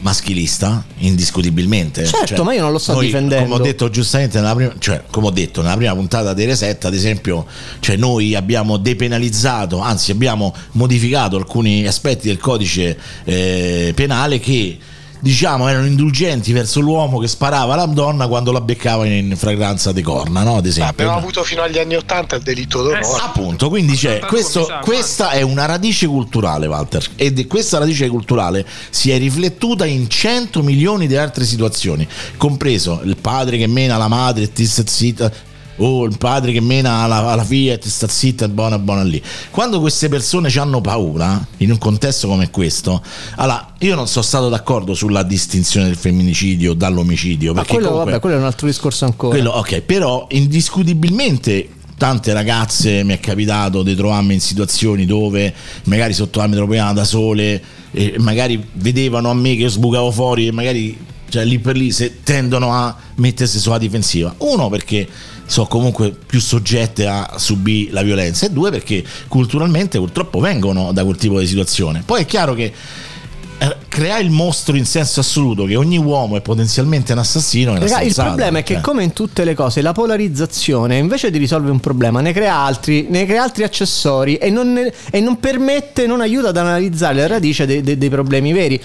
maschilista, indiscutibilmente. Cioè, Certo, ma io non lo sto noi, difendendo. Come ho detto giustamente nella prima, cioè, come ho detto nella prima puntata di Reset, ad esempio, cioè, noi abbiamo depenalizzato, anzi, abbiamo modificato alcuni aspetti del codice eh, penale che. Diciamo, erano indulgenti verso l'uomo che sparava la donna quando la beccava in fragranza di corna, no? Ad esempio. Abbiamo avuto fino agli anni 80 il delitto d'onore. Appunto, quindi c'è questo- questa è una radice culturale, Walter, e di- questa radice culturale si è riflettuta in 100 milioni di altre situazioni, compreso il padre che mena la madre e ti sta zitta, o il padre che mena la, la figlia e ti sta zitta e buona buona lì. Quando queste persone ci hanno paura, in un contesto come questo, allora io non sono stato d'accordo sulla distinzione del femminicidio dall'omicidio, Ma perché quello, comunque, vabbè, quello è un altro discorso ancora. quello, ok, però indiscutibilmente tante ragazze mi è capitato di trovarmi in situazioni dove magari sotto la metropolitana da sole e magari vedevano a me che io sbucavo fuori e magari cioè, lì per lì se tendono a mettersi sulla difensiva. Uno perché sono comunque più soggette a subire la violenza e due perché culturalmente purtroppo vengono da quel tipo di situazione. Poi è chiaro che eh, creare il mostro in senso assoluto che ogni uomo è potenzialmente un assassino è una Raga, il stronzata, problema è che, cioè. come in tutte le cose, la polarizzazione invece di risolvere un problema ne crea altri, ne crea altri accessori e non, ne- e non permette, non aiuta ad analizzare la radice dei, dei- dei problemi veri.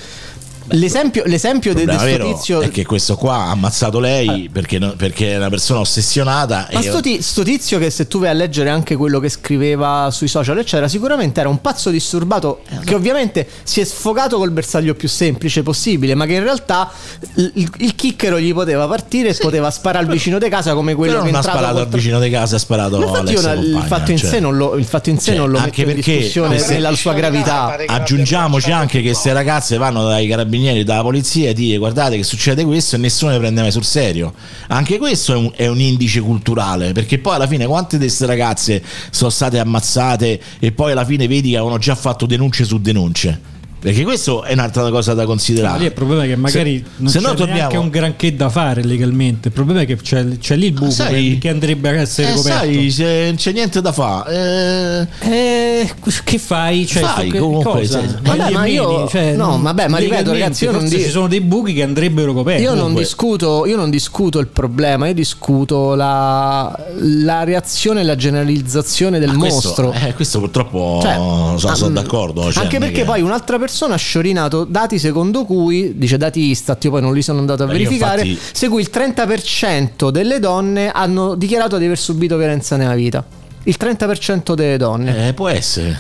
L'esempio, l'esempio Il de- di problema questo vero tizio. Ah. è che questo qua ha ammazzato lei perché, no- perché è una persona ossessionata Ma e sto, ti- sto tizio che se tu vai a leggere anche quello che scriveva sui social, eccetera, sicuramente era un pazzo disturbato Eh, che ovviamente si è sfogato col bersaglio più semplice possibile, ma che in realtà il, il- il chicchero gli poteva partire e poteva sparare al vicino di casa come quello però che è non ha entrato sparato al col- vicino di casa ha sparato Ma infatti all'ex io la- il compagna, fatto in cioè. sé non lo, il fatto in sé Cioè, non lo anche metto in perché- discussione anche se- nella sua gravità. aggiungiamoci anche che queste ragazze vanno dai carabinieri dalla polizia e dire guardate che succede questo e nessuno le prende mai sul serio anche questo è un, è un indice culturale perché poi alla fine quante di queste ragazze sono state ammazzate e poi alla fine vedi che avevano già fatto denunce su denunce perché questo è un'altra cosa da considerare Ma lì il problema è che magari Se- non se c'è no torniamo- neanche un granché da fare legalmente. Il problema è che c'è, c'è lì il buco sai- che- che andrebbe a essere Eh, coperto. sai, se non c'è niente da fare. Eh, che fai? Cioè, Fai, che comunque, cioè, cosa? sì. Vabbè, gli certo, ma io- emeni, cioè, no, vabbè, ma ripeto, legalmente ragazzi, io non forse di- ci sono dei buchi che andrebbero coperti. Io non, Comunque, discuto, io non discuto il problema, io discuto la, la reazione e la generalizzazione del mostro. Questo, eh, questo purtroppo Cioè, sono sono mm, d'accordo. cioè, anche non è perché che- poi un'altra persona ha sciorinato dati secondo cui, dice dati Istat, io poi non li sono andato a Beh, Eh, io verificare, infatti- se cui il 30% delle donne hanno dichiarato di aver subito violenza nella vita. Il 30% delle donne. Eh, può essere.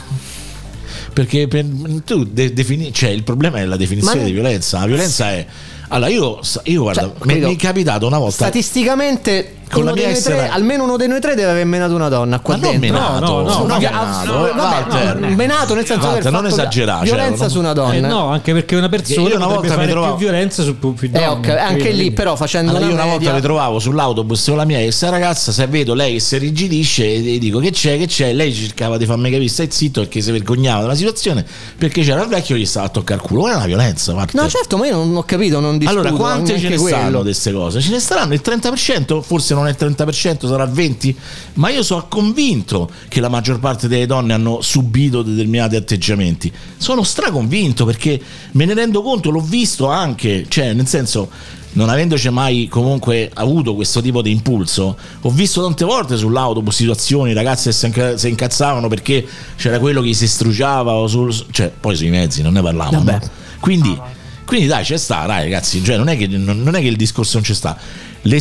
Perché per- tu de- defini- cioè, il problema è la definizione Ma- di violenza. La violenza è. Allora, io, io guarda, Cioè, mi- credo- mi è capitato una volta. Statisticamente, Con la uno mia dei noi essere- tre- almeno uno dei noi tre deve aver menato una donna qua Ma non dentro. menato, No, no, no, non via- menato, vabbè, eh, Walter. no, menato nel senso Walter, che non esagerare, cioè, violenza non- su una donna. Eh, no, anche perché una persona Io una potrebbe volta mi fare trovavo- più violenza su più più donne. Eh, ok, anche quindi- lì però facendo Allora, io una una volta media- mi trovavo sull'autobus con la mia e sta ragazza, se vedo lei che si rigidisce e e dico che c'è, che c'è, lei cercava di farmi capire stai zitto perché si vergognava della situazione perché c'era il vecchio che gli stava a toccare il culo, quella è una violenza. Walter. No, certo, ma io non ho capito, non discuto. allora, quante ce ne neanche saranno di quello. queste cose? Ce ne saranno il 30%, forse non è il 30%, sarà il 20%, ma io sono convinto che la maggior parte delle donne hanno subito determinati atteggiamenti. Sono straconvinto perché me ne rendo conto, l'ho visto anche, cioè nel senso, non avendoci mai comunque avuto questo tipo di impulso, ho visto tante volte sull'autobus situazioni, ragazze che si inca- si incazzavano perché c'era quello che si strugiava, o sul- cioè poi sui mezzi non ne parlavamo. Vabbè. no? Quindi... Quindi dai, c'è sta, dai ragazzi, cioè, non, è che, non- non è che il discorso non c'è sta.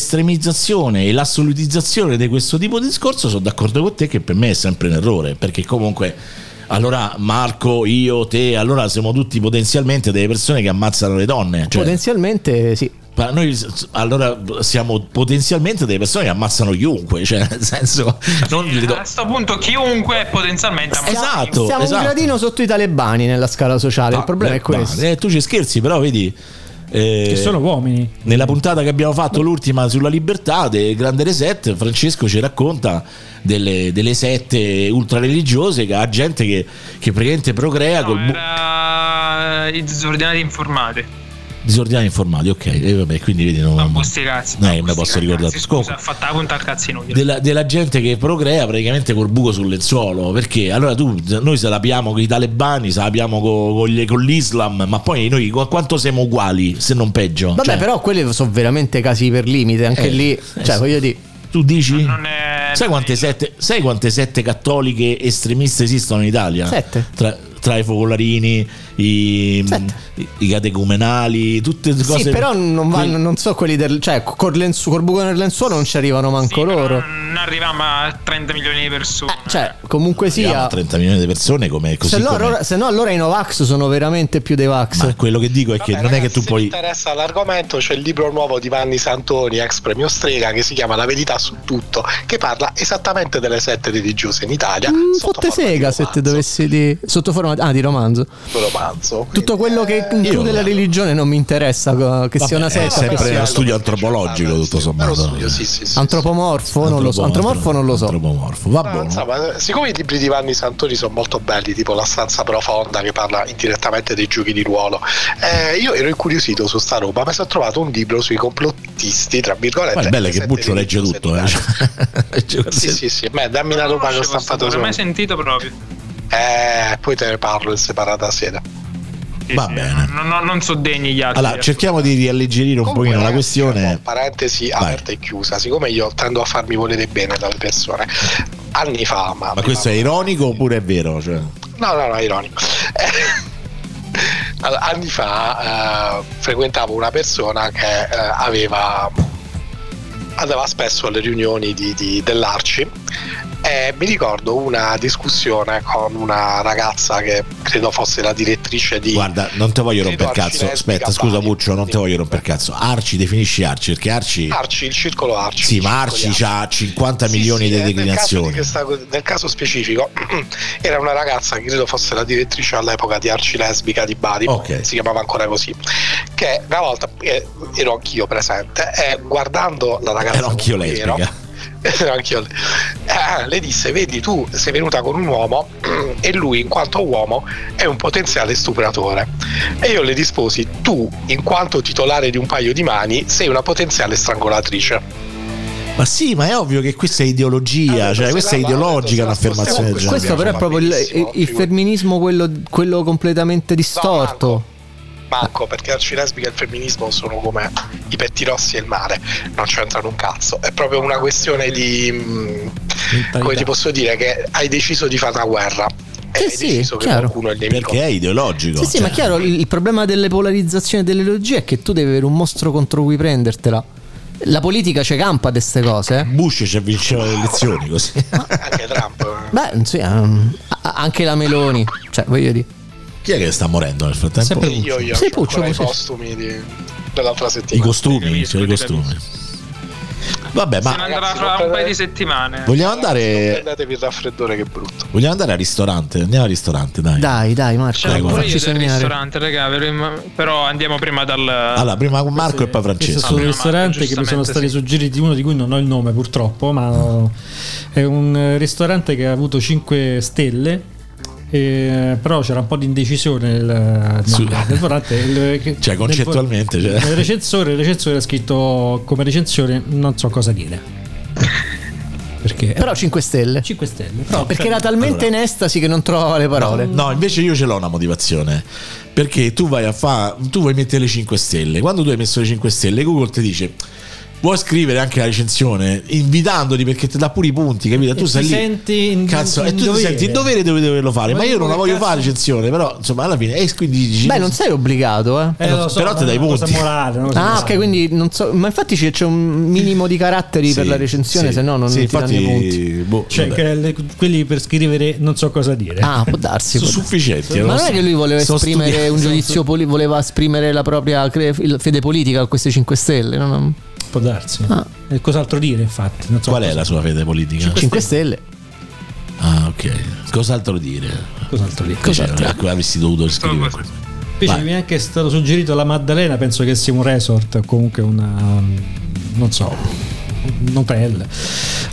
L'estremizzazione e l'assolutizzazione di questo tipo di discorso sono d'accordo con te che per me è sempre un errore, perché comunque allora Marco, io, te, allora siamo tutti potenzialmente delle persone che ammazzano le donne. Cioè, Potenzialmente sì. pa- noi s- allora siamo potenzialmente delle persone che ammazzano chiunque, cioè nel senso (laughs) non le do- A sto punto chiunque è potenzialmente ammazzato. Esatto, Siamo esatto. Ah, un gradino sotto i talebani nella scala sociale. Il problema è questo. Eh, tu ci scherzi, però vedi. eh, Che sono uomini. Nella puntata che abbiamo fatto, l'ultima sulla libertà del Grande Reset, Francesco ci racconta delle, delle sette ultrareligiose che ha gente che, che praticamente procrea col bu- Era eh, i disordinati informati. disordinati informati. Ok, e vabbè, quindi vedi, non, Questi cazzi. non è che Eh, me posso ricordare. Sì, Comunque, scusa, ha fatto la punta al cazzo inutile. della, della gente che procrea praticamente col buco sul lenzuolo perché allora tu noi se la piamo con i talebani se la piamo co- con, gli- con l'islam ma poi noi qu- quanto siamo uguali se non peggio Vabbè, Cioè, però quelli sono veramente casi per limite. Anche Eh, lì, eh, cioè, sì. voglio dire. tu dici sai quante sette sai quante sette cattoliche estremiste esistono in Italia Sette. tra, tra i focolarini i, i- i catecumenali tutte cose Sì, però non, vanno, non so quelli del. cioè, col, lenzu- col buco nel lenzuolo non ci arrivano manco loro. Non arriviamo a 30 milioni di persone. Ah, Cioè, comunque Abbiamo sia. 30 milioni di persone come così Se no, come- allora, se no allora i Novax sono veramente più dei Vax. Ma quello che dico è che non è che tu Se vi puoi interessa l'argomento c'è il libro nuovo di Vanni Santoni, ex premio strega, che si chiama La verità su tutto, che parla esattamente delle sette religiose in Italia, sotto Fotte Mm, sega se te dovessi di. sotto forma. ah, di romanzo. questo romanzo. Tutto quello che include la religione non mi interessa. co- Che sia una eh, Vabbè, è setta. sempre che uno sia- studio antropologico tutto sommato Antropomorfo? Non lo so. Antropomorfo non lo so. Antropomorfo, va Ma, buono. insomma, siccome i libri di Vanni Santoni sono molto belli, tipo La stanza profonda che parla indirettamente dei giochi di ruolo, eh, io ero incuriosito su sta roba, ma sono trovato un libro sui complottisti, tra virgolette. Ma il bello è che sette Buccio legge religiose tutto, eh. Cioè, Sì, sì, sì, beh, dammi una roba che ho stampato Non l'ho solo. mai sentito proprio. Eh, poi te ne parlo in separata sera. Va bene. Non, non- non so degni gli altri. eh, Allora, cerchiamo di rialleggerire un pochino la questione. Eh, Parentesi aperta e chiusa, siccome io tendo a farmi volere bene dalle persone, anni fa, ma, Ma questo è ironico oppure è vero? Cioè, No, no, no, è ironico. Allora, (laughs) anni fa eh, frequentavo una persona che eh, aveva andava spesso alle riunioni di- di- dell'Arci e mi ricordo una discussione con una ragazza che credo fosse la direttrice di guarda, non te voglio romper Arci cazzo. lesbica, Aspetta, scusa Buccio, non te voglio romper cazzo. Arci, definisci Arci, perché Arci... Arci, il circolo Arci. Sì, ma Arci ha 50 milioni di Eh, nel, caso di declinazioni. questa- nel caso specifico (clears throat) era una ragazza che credo fosse la direttrice all'epoca di Arci Lesbica di Bari, Ok. si chiamava ancora così, che una volta eh, ero anch'io presente e guardando la ragazza... Ero Eh, anch'io con cui lesbica. (laughs) ero, ero anch'io le- eh, le disse, vedi tu sei venuta con un uomo (clears throat) e lui in quanto uomo è un potenziale stupratore. E io le disposi, tu in quanto titolare di un paio di mani sei una potenziale strangolatrice. Ma sì, ma è ovvio che questa è ideologia, cioè questa è ideologica un'affermazione del genere. Questo però è proprio il, il- il femminismo, quello, quello completamente distorto. Manco perché arci lesbica e il femminismo sono come i petti rossi e il mare, non c'entrano un cazzo. È proprio una questione di. mh, come ti posso dire? Che hai deciso di fare una guerra. E Sì, hai sì, deciso che chiaro. qualcuno è il nemico. Perché è ideologico. cioè, Sì, sì, ma chiaro, il, il problema delle polarizzazioni e delle ideologie è che tu devi avere un mostro contro cui prendertela. La politica ci campa di queste cose. eh. (laughs) Bush ci vinceva le elezioni così. Anche Trump. Beh, mm, sì, ehm, a- a- anche la Meloni. Cioè, voglio dire. Chi è che sta morendo nel frattempo? Sempre Puccio. eh. Io, io, Sei ho Puccio, ancora i Puccio. costumi di- dell'altra I settimana. costumi, cioè, i costumi. Vabbè, Se ma ne andrà fra un paio di settimane. Vogliamo andare- Non prendetevi il raffreddore, che brutto. vogliamo andare al ristorante? Andiamo al ristorante, dai. Dai, dai, Marco. C'è dai, pure guarda. io Facci del sognare. Cioè, Ristorante, raga, ve lo imm- però andiamo prima dal. Ah, Allora, prima con Marco e poi Ah. Questo Francesco. sono un ristorante che mi sono stati suggeriti, uno di cui non ho il nome purtroppo, ma è un eh, ristorante che ha avuto 5 stelle. e, però c'era un po' di indecisione nel, nel- Su- nel ristorante. (laughs) il- che- Cioè, nel- concettualmente, cioè. nel recensore, il recensore ha scritto come recensione: non so cosa (laughs) dire. Perché Però 5 stelle. 5 stelle. No, perché era talmente in estasi che non trovava le parole. No, no, invece io ce l'ho una motivazione. Perché tu vai a fa, tu vuoi mettere le 5 stelle. Quando tu hai messo le 5 stelle, Google ti dice vuoi scrivere anche la recensione invitandoti perché ti dà pure i punti, capito? Tu ti sei lì. senti in- cazzo, in e tu ti dovere. senti in dovere di doverlo fare, ma, Ma io non la che voglio cazzo? fare la recensione, però insomma alla fine e quindi dici Beh, non sei obbligato, eh. Eh, lo so, però ti dai una cosa punti. morale, una cosa Ah, morale. ok, quindi non so. Ma infatti c'è, c'è un minimo di caratteri Sì, per la recensione, sì. se no non Sì, ti danno i punti. infatti, boh, Cioè, vabbè. che le- quelli per scrivere non so cosa dire. Ah, può darsi. sono può darsi. sufficienti. Ma non è che lui voleva sono esprimere studiati. un giudizio, poli- voleva esprimere la propria cre- il- fede politica a queste 5 Stelle. No, no. Può darsi. E cos'altro dire, infatti? Non so Qual è cosa- la sua fede politica? 5 Stelle. Ah, ok. Cos'altro dire? Cos'altro dire? Cioè, Ecco, a cui avresti dovuto scrivere. (laughs) Invece mi è anche stato suggerito la Maddalena, penso che sia un resort o comunque una. um, non so. Un hotel.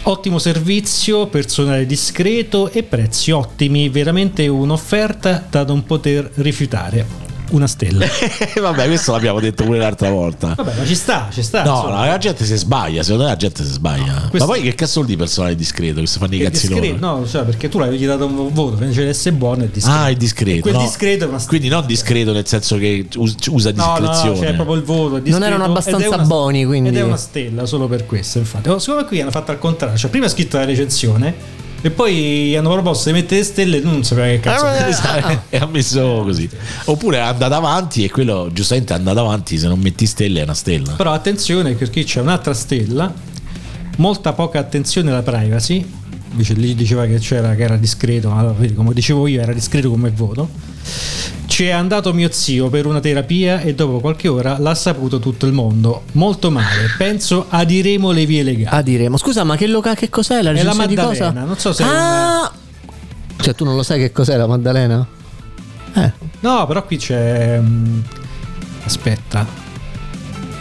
Ottimo servizio, personale discreto e prezzi ottimi. Veramente un'offerta da non poter rifiutare. Una stella. Eh, Vabbè, questo l'abbiamo detto pure l'altra volta. Vabbè, ma ci sta, ci sta. No, insomma. no, la gente si sbaglia, secondo me la gente si sbaglia. Ma questo- poi che cazzo vuol dire personale discreto che si fanno i È cazzi loro? discreto, no, cioè, perché tu l'avevi dato un voto, cioè, invece deve essere buono e discreto. Ah, è discreto. E quel no. discreto è una stella. Quindi non discreto nel senso che us- usa No, no, discrezione. no, c'è proprio il voto. è discreto Non erano ed è abbastanza una- buoni, quindi. Ed è una stella solo per questo, infatti. Oh, secondo me qui hanno fatto al contrario. Cioè, prima ha scritto la recensione e poi hanno proposto di mettere le stelle e tu non sapeva che cazzo. (laughs) Esatto, E ha messo così. Oppure è andato avanti e quello giustamente è andato avanti, se non metti stelle è una stella. Però attenzione perché c'è un'altra stella, molta poca attenzione alla privacy. Invece lì diceva che, c'era, che era discreto, ma vedi, come dicevo io era discreto come voto. Ci è andato mio zio per una terapia e dopo qualche ora l'ha saputo tutto il mondo. Molto male, penso adiremo le vie legali. A dire, ma scusa, ma che, loca- che cos'è la È la recensione di Maddalena, cosa? non so se è Ah! Cioè, tu non lo sai che cos'è la Maddalena? Eh. No, però qui c'è. mm, aspetta.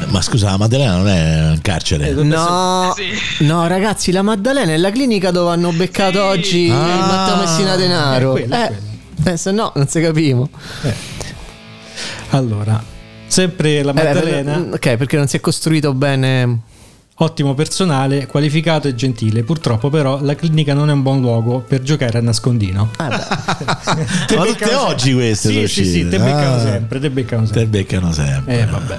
Ma scusa, la Maddalena non è un carcere. Eh, No, (laughs) no, ragazzi, la Maddalena è la clinica dove hanno beccato oggi Ah. Matteo Messina Denaro. È quella, è eh, eh, se no, non si capivo. Allora, sempre la Eh, beh, Maddalena. per- ok, perché non si è costruito bene. Ottimo personale, qualificato e gentile. Purtroppo, però, la clinica non è un buon luogo per giocare a nascondino. Ma tutte oggi queste sono Sì, sì, sì, uscite. te beccano eh. Ah. sempre, te beccano sempre. Te beccano sempre. Eh, vabbè.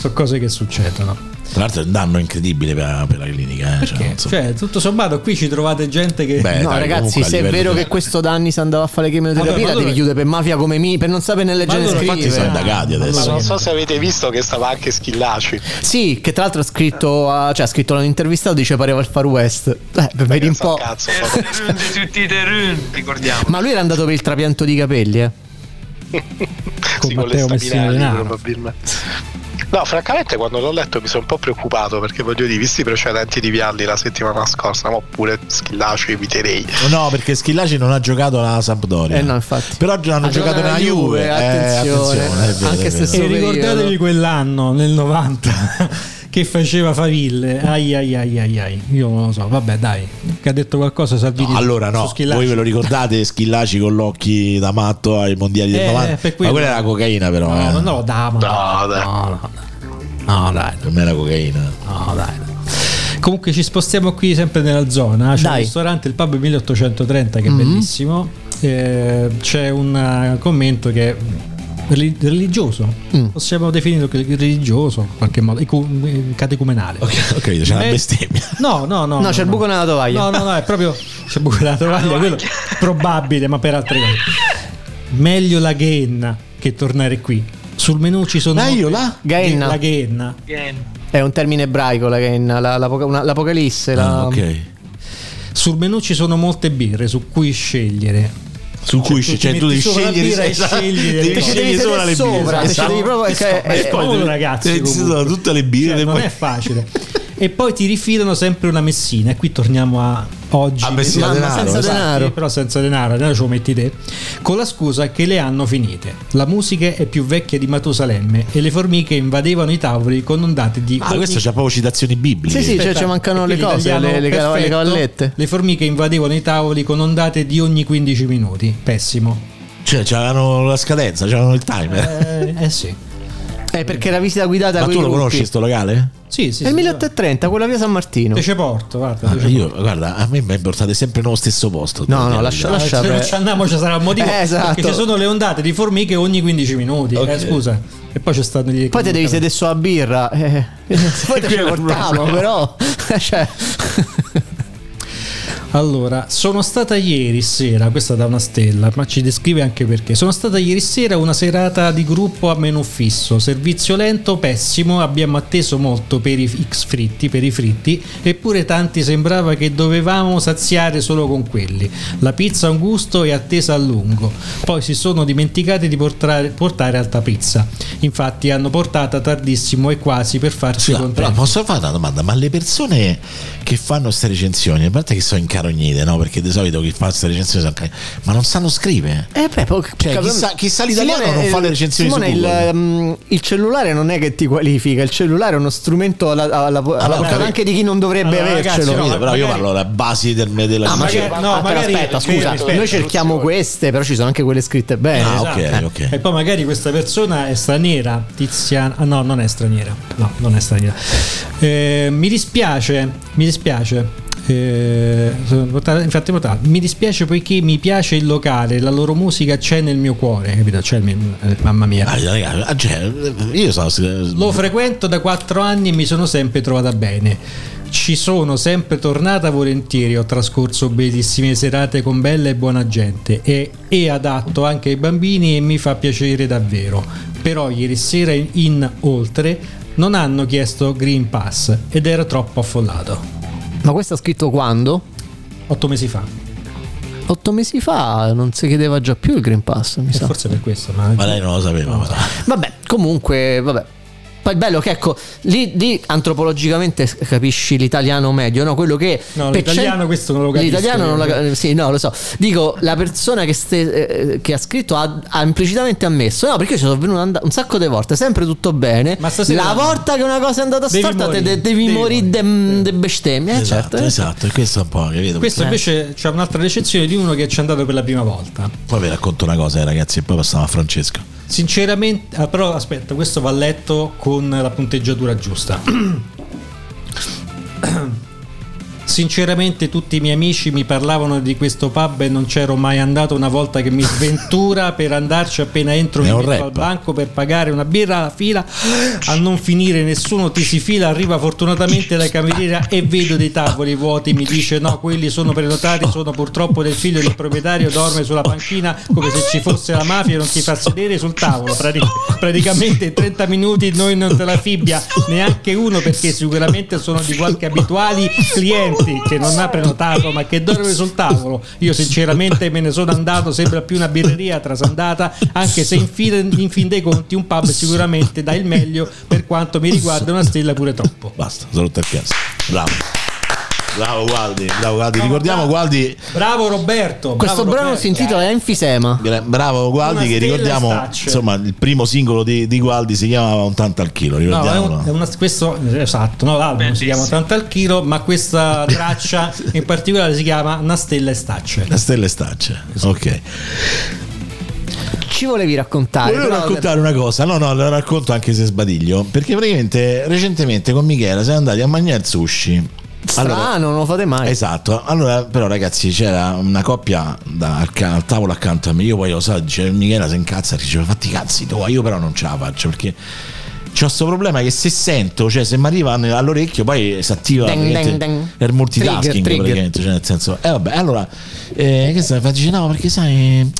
Sono cose che succedono. Tra l'altro è un danno incredibile per, per la clinica. eh, cioè, non so. Cioè, tutto sommato, qui ci trovate gente che. Beh, no, dai, comunque ragazzi, a se è livello vero di- che questo Danni si andava a fare chemioterapia, Allora, ma la devi allora- chiudere per mafia come mi, per non sapere né leggere né allora, infatti scrivere. sono indagati adesso. Eh, Non so se avete visto che stava anche Schillaci. Sì, che tra l'altro ha scritto, a- cioè ha scritto l'intervistato, dice pareva il Far West. Eh, beh, vedi un po'. Cazzo, Terun di Eh, tutti i terun, ricordiamo. Ma lui era andato per il trapianto di capelli, eh. sì, con le Matteo Messina staminali, Denaro. probabilmente. No, francamente quando l'ho letto mi sono un po' preoccupato perché voglio dire, visti i precedenti di Vialli la settimana scorsa, ma pure Schillaci eviterei. No, perché Schillaci non ha giocato la Sampdoria. Eh no, infatti. Però hanno giocato Ha giocato nella la Juve. Juve, eh, attenzione. attenzione, è vero, Anche è vero. se- E Questo ricordatevi periodo. quell'anno nel 90 (laughs) che faceva faville. Ai ai ai ai ai. Io non lo so, vabbè, dai. Che ha detto qualcosa Salvini. No, allora su no, Schillaci? voi ve lo ricordate Schillaci con gli occhi da matto ai mondiali del Eh, 90? per Ma quello. quella era cocaina però. No, eh. no, no, da, ma- No, dai. no, dai. Per me era cocaina. No, Ah, dai. Comunque ci spostiamo qui sempre nella zona, c'è Dai. un ristorante, il pub 1830 che è bellissimo, Eh, c'è un eh, commento che è reli- religioso, possiamo definirlo che- religioso in qualche modo, icu- eh, catecumenale. Ok, diciamo ok, c'è una Me- bestemmia. No, no, no. No, c'è il buco nella tovaglia. No, no, no, è proprio c'è il buco nella tovaglia, quello probabile, ma per altre cose. Meglio la ghenna che tornare qui. Sul menù ci sono Ma io là? Gaenna. la ghenna. um, È un termine ebraico la Ken, la- la- l'apoca- una- l'apocalisse. La, Ah, ok. Sul menù ci sono molte birre su cui scegliere. Su cui ci sce- cioè, tu devi metti sopra la scegliere birra e esatto. (laughs) scegliere Devi le cose. scegliere Ci devi sopra le sedere birre, sopra, esatto. ci devi proprio- E cioè, poi è- è devi- un devi- ragazzo Oh, eh, ci sono comunque. tutte le birre Cioè, e non poi- è facile (laughs) e poi ti rifilano sempre una messina e qui torniamo a oggi A Messina Mamma, Ah, Denaro, senza esatto. denaro però senza denaro denaro ce lo metti te con la scusa che le hanno finite la musica è più vecchia di Matusalemme e le formiche invadevano i tavoli con ondate di Ah, questo c'ha proprio citazioni bibliche. Sì, sì, cioè, Aspetta, ci mancano e le quindi cose, italiano, le- le cava- le perfetto. cavallette. Le formiche invadevano i tavoli con ondate di ogni 15 minuti. Pessimo. Cioè, c'avevano la scadenza, c'avevano il timer. Eh, eh sì. Eh, perché era visita guidata Ma coi tu lo gruppi. conosci sto locale? Sì, sì. È il 1830, quella via San Martino. Te ce porto, guarda. Guarda, io, guarda, a me mi portate sempre nello stesso posto. No, no, lascia- Eh, lascia se non perdere. ci andiamo ci sarà un motivo Cioè, Eh, esatto. perché ci sono le ondate di formiche ogni 15 minuti eh, scusa e poi ci stanno gli Poi te devi sedere sulla birra. eh. (laughs) Poi te ce lo portavo, però. cioè, Allora, sono stata ieri sera, questa da una stella, ma ci descrive anche perché. Sono stata ieri sera una serata di gruppo a menù fisso, servizio lento, pessimo, abbiamo atteso molto per i X fritti, per i fritti, eppure tanti sembrava che dovevamo saziare solo con quelli. La pizza ha un gusto e attesa a lungo. Poi si sono dimenticati di portare, portare alta pizza. Infatti hanno portata tardissimo e quasi per farci Scusa, però contenti. posso fare una domanda? Ma le persone che fanno queste recensioni, a parte che sono incarognite, no? Perché di solito chi fa queste recensioni sempre, ma non sanno scrivere. eh, beh, poi- Cioè, capito- chissà- chissà l'italiano non fa le recensioni Simone, su Google. il, mm, il cellulare non è che ti qualifica, il cellulare è uno strumento alla, alla- alla portata capito. anche di chi non dovrebbe Allora, ragazzi, avercelo. no, Capito? però io magari- parlo alla base del, della Ah, ma magari- c'è- no, aspetta, magari- aspetta, sì, scusa, aspetta, noi cerchiamo queste, però ci sono anche quelle scritte bene. Ah, ok, Eh. ok. Esatto. E poi magari questa persona è straniera, Tiziana. Ah, no, non è straniera. No, non è straniera. Eh, mi dispiace, mi dispiace. Eh, infatti, mi dispiace poiché mi piace il locale, la loro musica c'è nel mio cuore, capito? C'è il mio- eh, mamma mia. Ah, raga, ah, cioè, io sono. Lo frequento da 4 anni e mi sono sempre trovata bene. Ci sono sempre tornata volentieri, ho trascorso bellissime serate con bella e buona gente e è adatto anche ai bambini e mi fa piacere davvero. Però ieri sera in, in oltre non hanno chiesto Green Pass ed era troppo affollato. Ma questo ha scritto quando? 8 mesi fa, Otto mesi fa non si chiedeva già più il Green Pass, mi E sa. forse per questo, ma, Ma lei non lo sapeva. ma- Vabbè, comunque, vabbè. Poi il bello che ecco, lì, lì antropologicamente capisci l'italiano medio, no? Quello che... No, per l'italiano cent- questo non lo capisco L'italiano non io. la- Sì, no, lo so. Dico, la persona che, ste- eh, che ha scritto ha, ha implicitamente ammesso, no, perché io ci sono venuto and- un sacco di volte, sempre tutto bene. Ma stasera- La volta che una cosa è andata Devi storta, te- morire, te- devi devi morire de, de bestemmie, eh, esatto, certo. esatto, e questo è un po', capito? Eh, Questo Perché- invece c'è un'altra recensione di uno che ci è andato per la prima volta. Poi vi racconto una cosa, eh, ragazzi, e poi passiamo a Francesco. Sinceramente, ah, però aspetta, questo va letto con la punteggiatura giusta. Sinceramente tutti i miei amici mi parlavano di questo pub e non c'ero mai andato una volta (laughs) che mi sventura per andarci appena entro È mi un metto rap. al banco per pagare una birra alla fila a non finire nessuno ti si fila arriva fortunatamente la cameriera e vedo dei tavoli vuoti mi dice no quelli sono prenotati sono purtroppo del figlio del proprietario dorme sulla panchina come se ci fosse la mafia e non ti fa sedere sul tavolo Prati- praticamente in 30 minuti noi non te la fibbia neanche uno perché sicuramente sono di qualche abituali clienti che non ha prenotato ma che dorme sul tavolo io sinceramente me ne sono andato sembra più una birreria trasandata anche se in fine- in fin, dei conti un pub sicuramente dà il meglio per quanto mi riguarda una stella pure troppo Basta, saluto a piazza. Bravo. Bravo Gualdi, bravo Gualdi. Ricordiamo Gualdi, bravo Roberto bravo Questo brano Roberto. si intitola Enfisema. gra- bravo Gualdi Una che stella ricordiamo, e stacce. insomma, il primo singolo di, di Gualdi si chiamava Un tanto al chilo, No, è ricordiamolo. un- è una- questo esatto, no, l'album si chiama Tanto al chilo, ma questa (laughs) traccia in particolare si chiama Una stella e stacce. La stella e stacce. Esatto. Ok. Ah, Ci volevi raccontare. Volevo però- raccontare una cosa, no, no, la racconto anche se sbadiglio. Perché praticamente recentemente con Michela siamo andati a mangiare il sushi. Strano, non lo fate eh, mai. Esatto, allora però ragazzi c'era una coppia da- al, ca- al tavolo accanto a me, io poi lo so, dice, Michela si incazza, diceva fatti i cazzi tu, io però non ce la faccio perché c'ho questo problema che se sento, cioè se mi arriva ne- all'orecchio poi si attiva Deng, praticamente deng, deng. il multitasking Trigger, trigger. praticamente, cioè nel senso, eh vabbè, allora, eh, che stai, fa, dice no perché sai...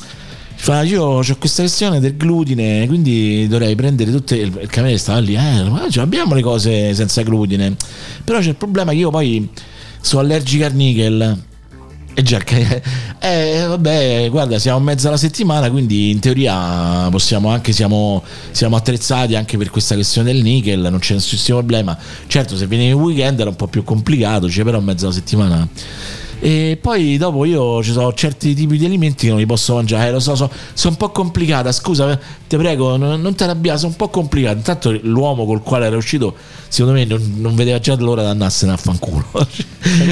Fa, io ho questa questione del glutine, quindi dovrei prendere tutte. Il, il cameriere stava lì, eh, ma ce abbiamo le cose senza glutine. Però c'è il problema che io poi sono allergica al nickel. E Jack, eh, eh, vabbè, guarda, siamo a mezzo alla settimana, quindi in teoria possiamo anche, siamo, siamo attrezzati anche per questa questione del nickel, non c'è nessun problema. Certo, se vieni in weekend era un po' più complicato, cioè, però a mezzo alla settimana. E poi dopo io ci sono certi tipi di alimenti che non li posso mangiare, eh, lo so, so- sono un po' complicata, scusa, ti prego, non, non ti arrabbiare, sono un po' complicata. Intanto l'uomo col quale era uscito, secondo me non, non vedeva già l'ora di andarsene a fanculo.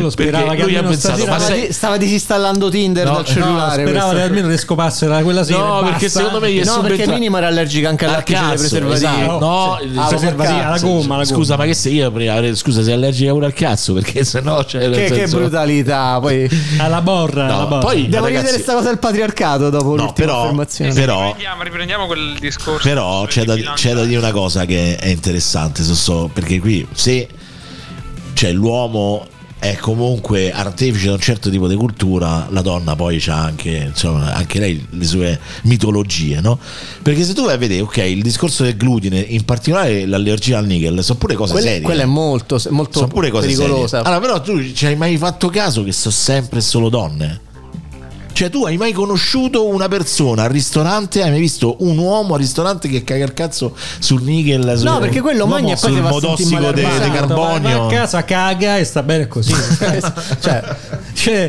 lo sperava Perché che lui ha almeno pensato, stasera ma la- sei, Stava disinstallando Tinder No, dal cellulare. speravo questo. che almeno le scopasse da quella sera. No, e basta. perché secondo me gli è No, perché subentra- Minimo era allergica anche al Al lattice e alle cazzo, preservativi. esatto. No, Sì. il- Ah, se- preservativi, alla se- gomma, alla Scusa, ma che se io prima avrei- scusa, sei allergica pure al cazzo, perché sennò c'è nel Che, che senso- brutalità. Poi alla borra, No, alla borra. poi, devo ragazzi- rivedere sta cosa del patriarcato dopo No, l'ultima però- affermazione. però Riprendiamo, riprendiamo quel discorso. Oh. Però c'è da, c'è da dire una cosa che è interessante, so- so- perché qui se cioè, l'uomo è comunque artefice di un certo tipo di cultura, la donna poi ha anche, insomma, anche lei le sue mitologie, no? Perché se tu vai a vedere, ok, il discorso del glutine, in particolare l'allergia al nickel, sono pure cose Quella, serie. eh. quella è molto, molto sono pure cose pericolosa. serie. Allora, però tu ci hai mai fatto caso che sono sempre solo donne? Cioè, tu hai mai conosciuto una persona al ristorante? Hai mai visto un uomo al ristorante che caga il cazzo sul nickel? sul- No, perché quello l'uomo mangia e poi sul ti va a sentire modossico male de- al de baratto, Va carbonio? a casa, caga e sta bene così. (laughs) cioè, Eh,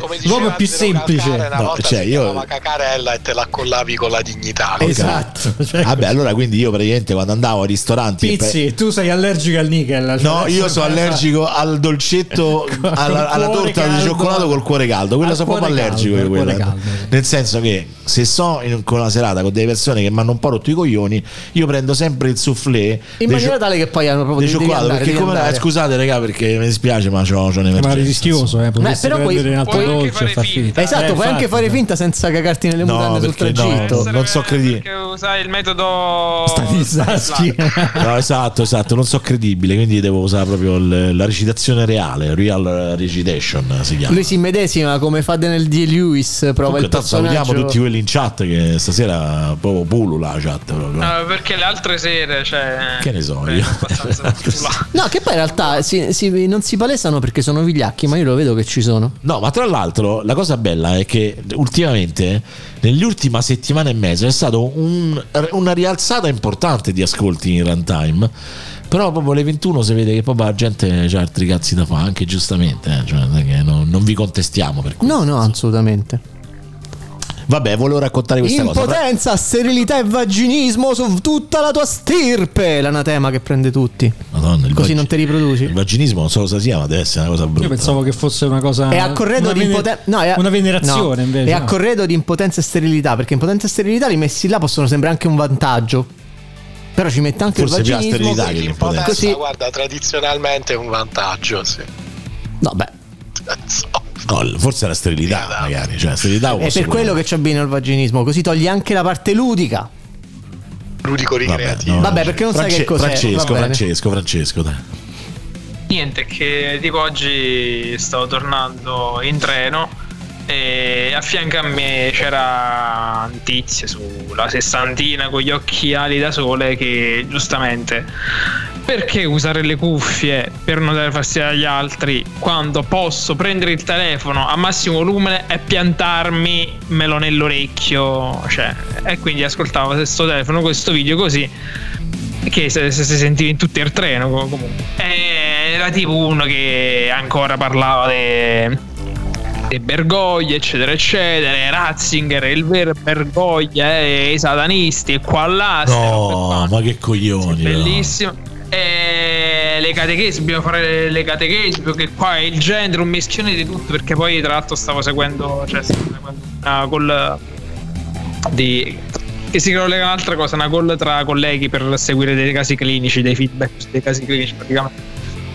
cioè l'uomo è più semplice. No, cioè, io- Esatto. La cacarella e te la collavi con la dignità. Ok. Esatto. cioè- Vabbè, allora quindi io praticamente quando andavo ai ristoranti. Pizzi, tu sei allergico al nickel. cioè No, adesso io sono cosa- allergico al dolcetto, alla, alla cuore torta di caldo. cioccolato col cuore caldo. Quella Al sono proprio cuore allergico. caldo, io al quella. cuore caldo, Nel senso che se so in- con una serata con delle persone che mi hanno un po' rotto i coglioni, io prendo sempre il soufflé In dei maniera cio- tale che poi hanno proprio di devi cioccolato. andare, perché devi come andare. eh, scusate, raga, perché mi dispiace, ma c'ho, c'ho Ma è un'emergenza. rischioso, eh, potresti però puoi- prendere un altro puoi anche dolce e far finta. Esatto, Eh, puoi infatti. anche fare finta senza cagarti nelle No, mutande sul perché tragitto. no, non so credibile. Che usai il metodo Stanislavski. No, esatto, esatto, non so credibile, quindi devo usare proprio l- la recitazione reale, real recitation si chiama. Lui si medesima come fa Daniel D. Lewis, prova Comunque, il tanto salutiamo personaggio. tutti quelli in chat che stasera proprio pulula la chat proprio. No, perché le altre sere, cioè. Che ne so io. (laughs) No, che poi in realtà si- si- non si palesano perché sono vigliacchi, ma io lo vedo che ci sono. No, ma tra l'altro la cosa bella è che ultimamente, nell'ultima settimana e mezzo, è stata un- una rialzata importante di ascolti in runtime. Però proprio alle 21 si vede che proprio la gente ha altri cazzi da fare, anche giustamente. eh, cioè, non, è che non- non vi contestiamo. Per... No, no, assolutamente. Vabbè, volevo raccontare questa cosa. Fra- Impotenza, sterilità e vaginismo su tutta la tua stirpe. L'anatema che prende tutti. Madonna, il, Così vagi- non ti riproduci. il vaginismo non so cosa sia, ma deve essere una cosa brutta. Io pensavo che fosse una cosa. È a corredo Ah, una di vene- impotenza. No, è a- una venerazione no, invece. È a no. corredo di impotenza e sterilità. Perché impotenza e sterilità li messi là possono sembrare anche un vantaggio. Però ci mette anche Forse il più la vaginismo. sterilità che l'impotenza. Così. Guarda, tradizionalmente è un vantaggio, sì. Eh, No, beh. No, forse è la sterilità, magari. Cioè, la sterilità È Eh, per quello che ci abbino il vaginismo. Così togli anche la parte ludica. Ludico ricreativo. Vabbè, perché non sai che cos'è. Francesco, Va bene. Francesco, Francesco, dai. Niente, che dico oggi stavo tornando in treno e a fianco a me c'era un tizio sulla sessantina con gli occhiali da sole che giustamente perché usare le cuffie per non dare fastidio agli altri quando posso prendere il telefono a massimo volume e piantarmi melo nell'orecchio cioè, e quindi ascoltavo questo telefono questo video così che se, se si sentiva in tutto il treno co- comunque Eh, era tipo uno che ancora parlava di Bergoglia eccetera eccetera e Ratzinger il vero Bergoglia e i satanisti e qua là ste robe No, qua. ma che coglioni. però. Bellissimo. E le catechesi, dobbiamo fare le catechesi perché qua è il genere, un mischione di tutto. Perché poi, tra l'altro, stavo seguendo, cioè, stavo seguendo una call di. Che si collega a un'altra cosa, una call tra colleghi per seguire dei casi clinici, dei feedback su dei casi clinici praticamente.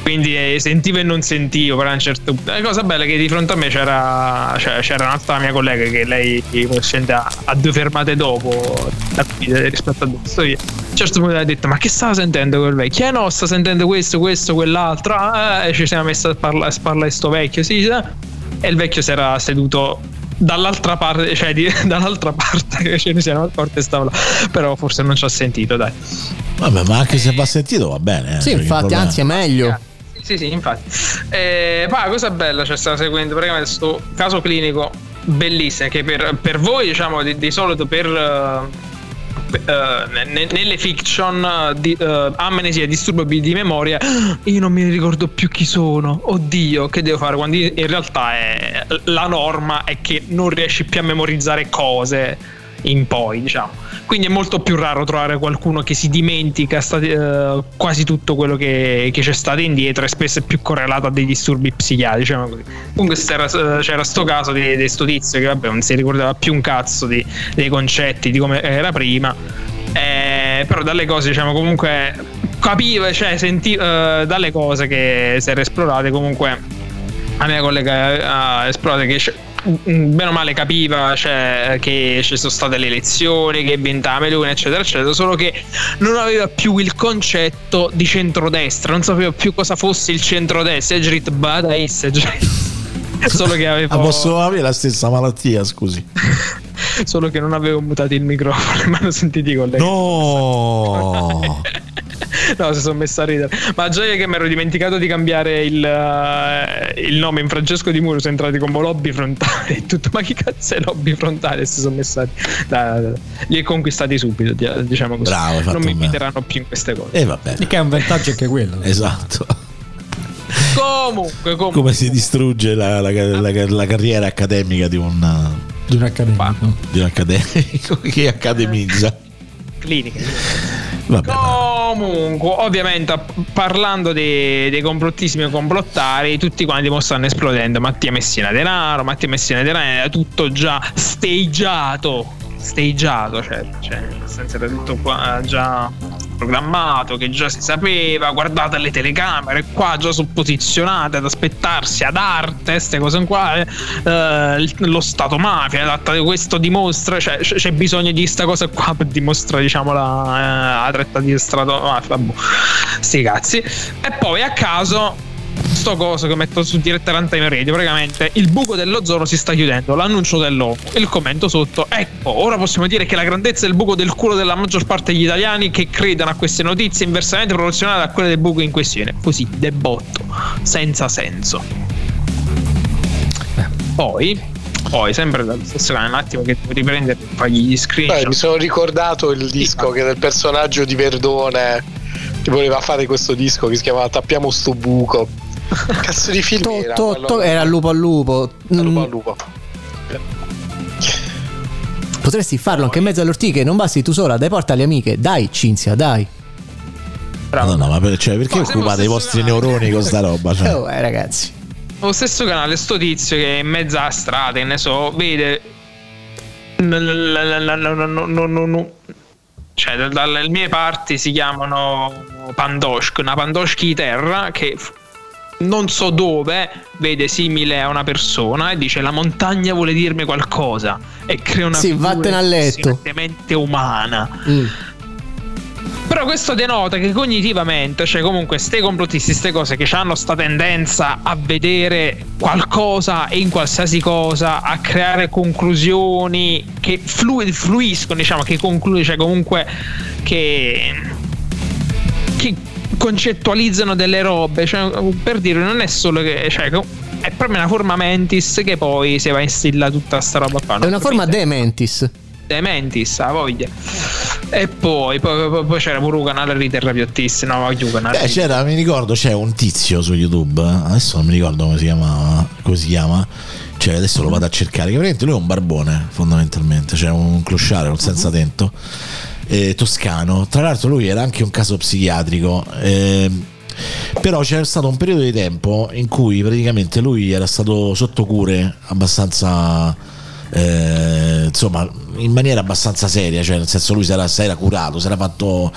Quindi eh, sentivo e non sentivo, però a un certo punto. La cosa bella è che di fronte a me c'era, cioè, c'era un'altra mia collega che lei come scende a, a due fermate dopo da qui, eh, rispetto a dove sto io. A un certo punto ha detto: Ma che stava sentendo quel vecchio? Eh no, sta sentendo questo, questo, quell'altro. Ah, e ci siamo messi a parla- a parlare di sto vecchio, sì, sì. E il vecchio si era seduto dall'altra parte, cioè di- (laughs) dall'altra parte che ce ne siamo accorti e stava là. Però forse non ci ha sentito, dai. Vabbè, ma anche se va sentito va bene. eh, Sì, cioè, che infatti, problema. anzi, è meglio. Sì, sì, infatti. Eh, poi la cosa bella c'è stata seguendo praticamente questo caso clinico bellissimo che per, per voi, diciamo, di, di solito per... eh, eh, ne- nelle fiction eh, di, eh, amnesia e disturbi di memoria (gasps) io non mi ricordo più chi sono oddio che devo fare quando in realtà è- la norma è che non riesci più a memorizzare cose in poi diciamo quindi è molto più raro trovare qualcuno che si dimentica sta- eh, quasi tutto quello che, che c'è stato indietro e spesso è più correlato a dei disturbi psichiatrici diciamo così. comunque c'era, eh, c'era sto caso di, di sto tizio che vabbè non si ricordava più un cazzo di- dei concetti di come era prima Eh, però dalle cose diciamo comunque capiva cioè sentiva dalle cose che si era esplorate comunque la mia collega eh, ha esplorato che c'è- mm, bene o male capiva cioè, che ci sono state le elezioni, che è vinta la Meloni, eccetera, eccetera, solo che non aveva più il concetto di centrodestra, non sapeva più cosa fosse il centrodestra, e Grit Badaisse, cioè, (laughs) solo che Ah, aveva posso avere la stessa malattia, (laughs) scusi. solo che non avevo mutato il microfono, (laughs) mi hanno sentito i colleghi. No! No, si sono messa a ridere. Ma già io che mi ero dimenticato di cambiare il, eh, il nome in Francesco Di Muro, sono entrati come lobby frontale e tutto. Ma chi cazzo è lobby frontale? E Si sono messati. Li hai conquistati subito, di- diciamo così. Bravo, hai fatto non mi bene. inviteranno più in queste cose. E va bene. Che è un vantaggio anche quello. (laughs) Esatto. Comunque, comunque. Come si distrugge la, la- la- la carriera accademica di un, Di un accademico. di un accademico (laughs) che accademizza. cliniche. Vabbè. Comunque, ovviamente, a- parlando dei, dei complottissimi complottari, tutti quanti mo stanno esplodendo. Mattia Messina Denaro, Mattia Messina Denaro era tutto già stageato. Stageato, cioè, cioè nel senso era tutto qua già programmato, che già si sapeva, guardate le telecamere qua già supposizionate ad aspettarsi ad arte, queste cose qua, eh, eh, il- lo Stato mafia, l'atta- questo dimostra, cioè, c- c'è bisogno di questa cosa qua per dimostrare diciamo la, eh, la tretta di Stato mafia, boh, sti cazzi. E poi a caso sto coso che metto su diretta Runtime Radio praticamente il buco dell'ozono si sta chiudendo l'annuncio dell'ONU il commento sotto ecco ora possiamo dire che la grandezza del buco del culo della maggior parte degli italiani che credono a queste notizie è inversamente proporzionale a quelle del buco in questione così debotto senza senso poi poi sempre dallo stesso canale un attimo che devo riprendere e fargli gli screenshot Beh, mi sono ricordato il disco che del personaggio di Verdone che voleva fare questo disco che si chiamava Tappiamo sto buco. Cazzo di film era? To- quello? to- era lupo al lupo. Mm, lupo. Potresti farlo anche in mezzo alle ortiche, non basti tu sola, dai porta alle amiche. Dai, Cinzia, dai. Ah. No, no, ma per- cioè, perché Ma se occupate i fosse vostri neuroni con sta roba? Cioè? (laughs) Oh, eh, ragazzi. lo stesso canale, sto tizio che è in mezzo alla strada, che ne so, vede. No, no, no, no, no, no. Cioè, dal- dalle mie parti si chiamano Pandoshk, una Pandoshki di terra che f- non so dove vede simile a una persona e dice la montagna vuole dirmi qualcosa e crea una Sì, figura vattene a letto. impressionantemente umana. Mm. Però questo denota che cognitivamente, cioè comunque ste complottisti, ste cose che hanno sta tendenza a vedere qualcosa e in qualsiasi cosa, a creare conclusioni che flu- fluiscono, diciamo, che conclude, cioè comunque che, che concettualizzano delle robe, cioè, per dire non è solo che... Cioè, che- è proprio una forma mentis che poi se va in stilla tutta sta roba qua. È una forma dementis. Dementis, ha voglia. E poi, poi, poi- poi c'era pure un canale di terrapiattisti, no, voglio un canale. Eh, Beh, di- c'era, mi ricordo, c'è un tizio su YouTube, eh, adesso non mi ricordo come si chiama, come si chiama, cioè adesso lo vado a cercare, che veramente lui è un barbone fondamentalmente, cioè un clusciare, un senza tetto, eh, toscano, tra l'altro lui era anche un caso psichiatrico, ehm, però c'era stato un periodo di tempo in cui praticamente lui era stato sotto cure abbastanza... eh, insomma, in maniera abbastanza seria, cioè nel senso lui si era, si era curato, si era fatto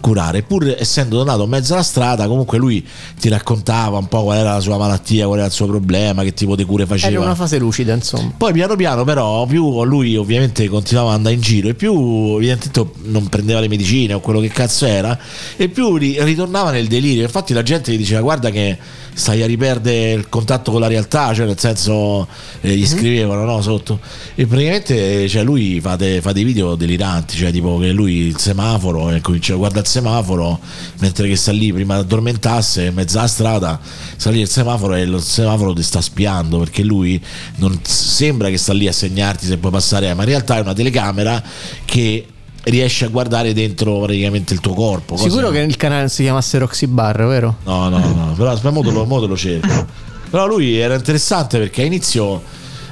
curare, pur essendo tornato in mezzo alla strada, comunque lui ti raccontava un po' qual era la sua malattia, qual era il suo problema, che tipo di cure faceva. Era una fase lucida, insomma. Poi piano piano però più lui ovviamente continuava ad andare in giro e più evidentemente non prendeva le medicine o quello che cazzo era e più ri- ritornava nel delirio. Infatti la gente gli diceva guarda che stai a riperdere il contatto con la realtà, cioè nel senso eh, gli scrivevano no, sotto e praticamente cioè, lui fate, fate video deliranti, cioè tipo che lui il semaforo e comincia a guardare il semaforo mentre che sta lì prima di addormentasse in mezzo alla strada, sta lì il semaforo e lo semaforo ti sta spiando perché lui non sembra che sta lì a segnarti se puoi passare, ma in realtà è una telecamera che riesce a guardare dentro praticamente il tuo corpo. cosa- Sicuro che il canale non si chiamasse Roxy Bar, vero? No, no, no, però aspetta, mo te lo, mo te lo cerco. Però lui era interessante perché all'inizio,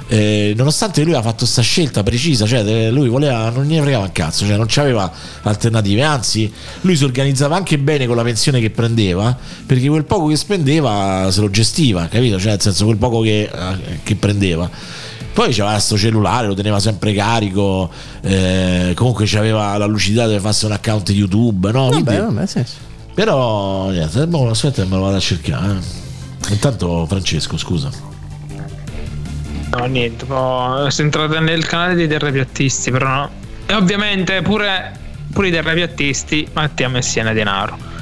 eh, nonostante lui aveva fatto questa scelta precisa, cioè eh, lui voleva, non ne fregava un cazzo, cioè non c'aveva alternative, anzi lui si organizzava anche bene con la pensione che prendeva, perché quel poco che spendeva se lo gestiva, capito? Cioè nel senso quel poco che, eh, che prendeva. Poi c'aveva questo cellulare, lo teneva sempre carico, eh, comunque c'aveva la lucidità di farsi un account YouTube, no? Vabbè, Quindi- vabbè, sì, sì. però niente, mo, aspetta che me lo vado a cercare. eh. Intanto Francesco, scusa. certo. No, niente, poi se entrate nel canale dei terrapiattisti, però no. E ovviamente pure, pure i terrapiattisti, Mattia Messiana Denaro.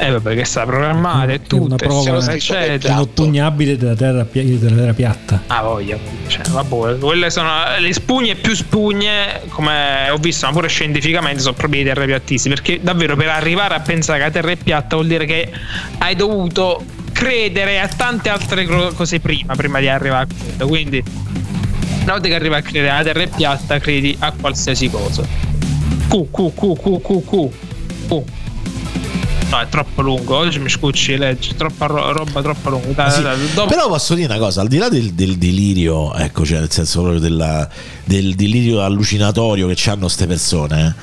E vabbè, che sta programmata e tutto, Mm, una prova eccetera. inoppugnabile della terra, pi- della terra piatta. Ah, voglia, cioè, vabbè, quelle sono le spugne più spugne, come ho visto, ma pure scientificamente sono proprio i terrapiattisti, perché davvero per arrivare a pensare che la Terra è piatta vuol dire che hai dovuto credere a tante altre cro- cose prima, prima di arrivare a quello, quindi una volta che arrivi a credere alla Terra è piatta, credi a qualsiasi cosa. Q, Q, Q, Q, Q, Q, Q. No, è troppo lungo, oggi mi scucci, leggi, troppa ro- roba troppo lunga. Dai, Sì, dai, Eh, dai, dopo- Però posso dire una cosa, al di là del, del delirio, ecco, cioè nel senso proprio della- del delirio allucinatorio che hanno queste persone,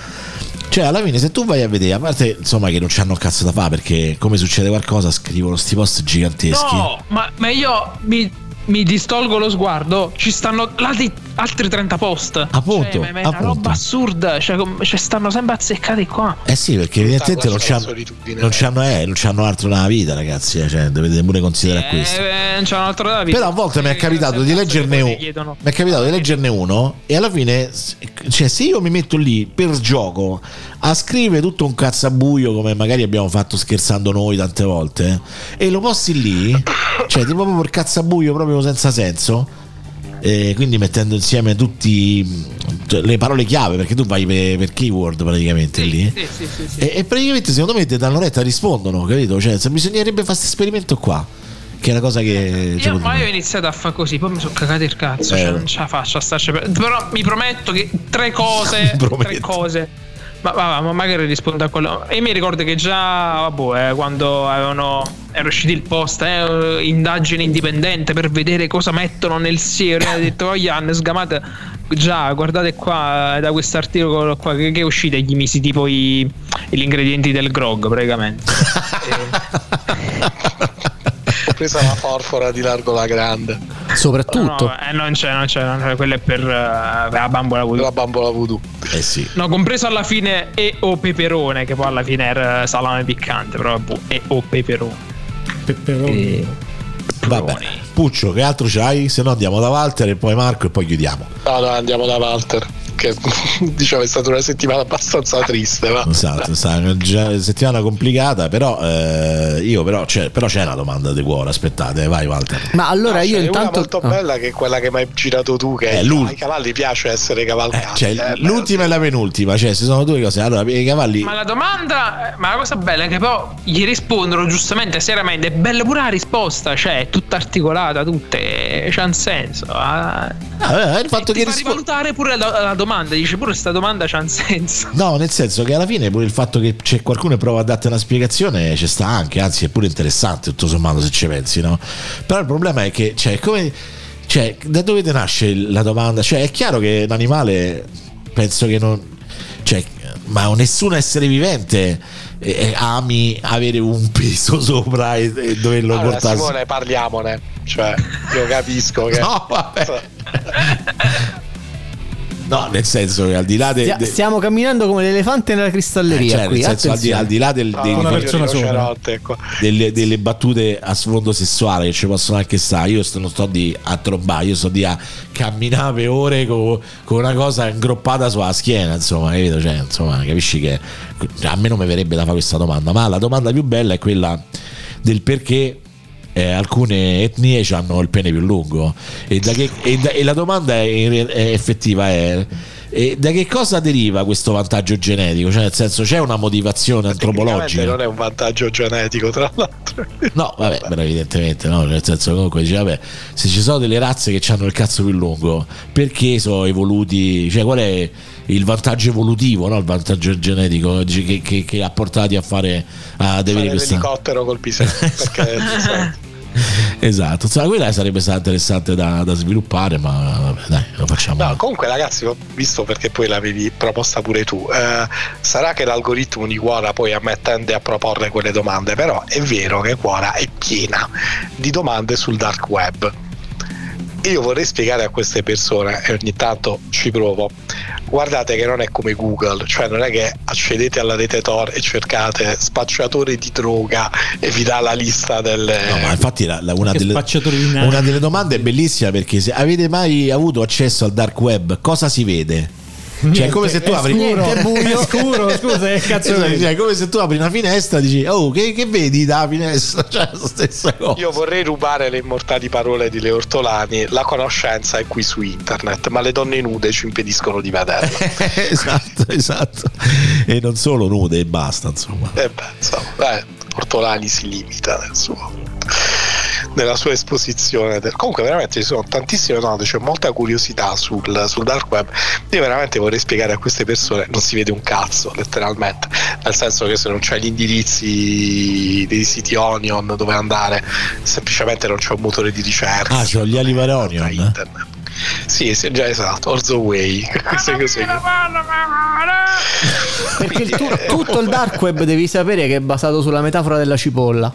cioè alla fine se tu vai a vedere, a parte insomma che non c'hanno un cazzo da fare perché come succede qualcosa scrivono sti post giganteschi. No, ma, ma io mi, mi distolgo lo sguardo. Ci stanno lati- altri 30 post. Appunto, Cioè, ma- ma è una appunto. roba assurda. Cioè, com- cioè, stanno sempre azzeccati qua. Eh sì, perché evidentemente non c'hanno, non, c'hanno, eh, non c'hanno altro nella vita, ragazzi, eh, cioè, dovete pure considerare questo. Eh, non c'è un altro da vita. Però a volte mi è capitato di leggerne uno. chiedono. Ah, Mi è capitato di leggerne uno e alla fine, s- cioè, se io mi metto lì per gioco a scrivere tutto un cazzabuio come magari abbiamo fatto scherzando noi tante volte e lo posti lì, cioè tipo proprio per cazzabuio proprio senza senso. eh, quindi mettendo insieme tutti cioè, le parole chiave perché tu vai per, per keyword praticamente lì Sì, sì, sì, sì. e, e praticamente secondo me te da un'oretta rispondono capito cioè se bisognerebbe fare questo esperimento qua che è una cosa che Io, cioè, ma io ho iniziato a fare così, poi mi sono cagato il cazzo, Eh. cioè, non ce la faccio a starci per- Però mi prometto che tre cose, tre cose. Ma, ma- ma magari rispondo a quello. E mi ricordo che già, vabbè, eh, quando avevano, era uscito il post, eh, indagine indipendente per vedere cosa mettono nel siero. E ho detto, oh Jan, sgamate. Già, guardate qua, eh, da quest'articolo qua che, che è uscito, e gli misi tipo i- gli ingredienti del grog, praticamente. Eh. Ho preso la forfora di largo la grande. Soprattutto. No, eh, non c'è, non c'è, non c'è. Quella è per, eh, per la bambola voodoo. La bambola voodoo. eh sì No, compreso alla fine e o peperone, che poi alla fine era salame piccante, però boh, e o peperone. Peperoni. Eh, Vabbè, Puccio, che altro c'hai? Se no andiamo da Walter e poi Marco e poi chiudiamo. No, no, andiamo da Walter. Che (laughs) diciamo è stata una settimana abbastanza triste, ma. Esatto, è stata una già- settimana complicata, però eh, io però c'è, però c'è una domanda di cuore, aspettate, vai Walter. Ma allora io C'è una intanto. Ah. molto bella che è quella che mi hai girato tu, che l'ul- ai cavalli piace essere cavalcati. Cioè, eh, l'ultima e la penultima, cioè, ci sono due cose. Allora, i cavalli Ma la domanda, eh, ma la cosa bella è che poi gli rispondono giustamente, seriamente, è bella pure la risposta, cioè è tutta articolata, tutte, c'ha un senso. eh. Ah, il fatto ti che fa rispo- rivalutare pure la, la domanda, dice pure sta domanda c'ha un senso. No, nel senso che alla fine pure il fatto che c'è qualcuno che prova a darti una spiegazione ci sta anche, anzi è pure interessante tutto sommato se ci pensi, no? Però il problema è che, cioè, come, cioè, da dove te nasce il- la domanda? Cioè, è chiaro che l'animale, penso che non... Cioè, ma nessun essere vivente eh, eh, ami avere un peso (laughs) sopra e, e doverlo Allora, portare... Simone, parliamone. Cioè, io capisco che. (laughs) No, eh, No, nel senso che al di là del... Stia- Stiamo camminando come l'elefante nella cristalleria. cioè, qui, nel senso, al di, attenzione. al di là del, Ah, dei- Cerotte, qua. delle, delle battute a sfondo sessuale che ci possono anche stare. Io sto- non sto di a trombare, io sto di a camminare per ore co- con, una cosa ingroppata sulla schiena. Insomma, capito? Cioè, insomma, capisci che a me non mi verrebbe da fare questa domanda. Ma la domanda più bella è quella del perché. eh, alcune etnie hanno il pene più lungo e, da che- e da- e la domanda è, è effettiva è E da che cosa deriva questo vantaggio genetico? Cioè, nel senso, c'è una motivazione antropologica? Non è un vantaggio genetico, tra l'altro. No, vabbè, però evidentemente no, nel senso comunque dice, vabbè, se ci sono delle razze che hanno il cazzo più lungo, perché sono evoluti, cioè qual è il vantaggio evolutivo, no? il vantaggio genetico dice, che, che, che ha portati a fare a Fare avere questa... l'elicottero col pisello. perché ci sono- Esatto, insomma, quella sarebbe stata interessante da, da sviluppare, ma vabbè, dai, lo facciamo. No, comunque ragazzi, ho visto perché poi l'avevi proposta pure tu, eh, sarà che l'algoritmo di Quora poi a me tende a proporre quelle domande, però è vero che Quora è piena di domande sul dark web. Io vorrei spiegare a queste persone, e ogni tanto ci provo, guardate che non è come Google, cioè non è che accedete alla rete Tor e cercate spacciatore di droga e vi dà la lista delle... No, ma infatti la- la- una, Che delle, spacciatore di nani. una cioè, delle domande è bellissima perché se avete mai avuto accesso al dark web, cosa si vede? Cioè, è come se tu è apri scuro, Niente, è è scuro, scusa, che cazzo Esatto, vedi? cioè, è come se tu apri una finestra e dici, oh, che, che vedi da finestra? (laughs) Cioè, la stessa cosa. (laughs) Io vorrei rubare le immortali parole di Leo Ortolani, la conoscenza è qui su internet, ma le donne nude ci impediscono di vederla. esatto, esatto. E non solo nude e basta, insomma. e beh, insomma, eh, Ortolani si limita nel suo- nella sua esposizione. del- Comunque veramente ci sono tantissime note, c'è molta curiosità sul, sul dark web. Io veramente vorrei spiegare a queste persone, non si vede un cazzo letteralmente, nel senso che se non c'è gli indirizzi dei siti Onion dove andare, semplicemente non c'è un motore di ricerca. Ah, c'ho gli Alivaronion. Eh? Sì, sì, già esatto, Orzo Way. Queste cose qui. Perché il tu- Eh, tutto il dark web devi sapere che è basato sulla metafora della cipolla.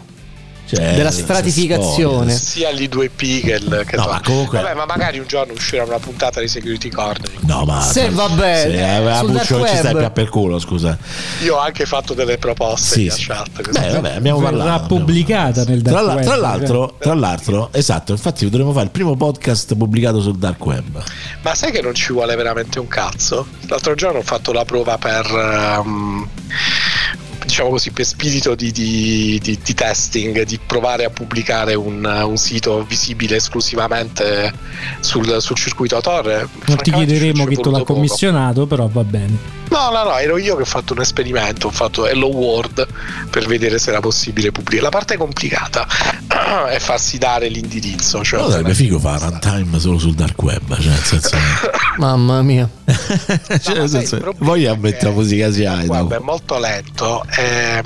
Cioè, della sì, stratificazione. (laughs) Sia gli 2P che il. Che No, ma comunque- Vabbè, ma magari un giorno uscirà una puntata di Security Corner. No, ma Se va bene, se, eh, sul Puccio, dark ci stai web. più a per culo, scusa. Io ho anche fatto delle proposte Sì, via sì. chat. così. Beh, vabbè, abbiamo Verrà parlato. pubblicata nel dark Tra, la- web, tra eh. l'altro, tra l'altro, esatto, infatti dovremmo fare il primo podcast pubblicato sul dark web. Ma sai che non ci vuole veramente un cazzo? L'altro giorno ho fatto la prova per. ehm, Diciamo così, per spirito di, di- di- di testing, di provare a pubblicare un, un sito visibile esclusivamente sul, sul circuito Tor. Non ti chiederemo chi te l'ha poco. commissionato, però va bene. No, no, no, ero io che ho fatto un esperimento, ho fatto Hello World per vedere se era possibile pubblicare. La parte complicata (clears throat) è farsi dare l'indirizzo. Cioè Però sarebbe figo fare runtime solo sul dark web. Cioè, nel senso, Mamma mia. cioè, nel senso, voglio mettere la musica asiatica. Guarda, è molto lento, eh,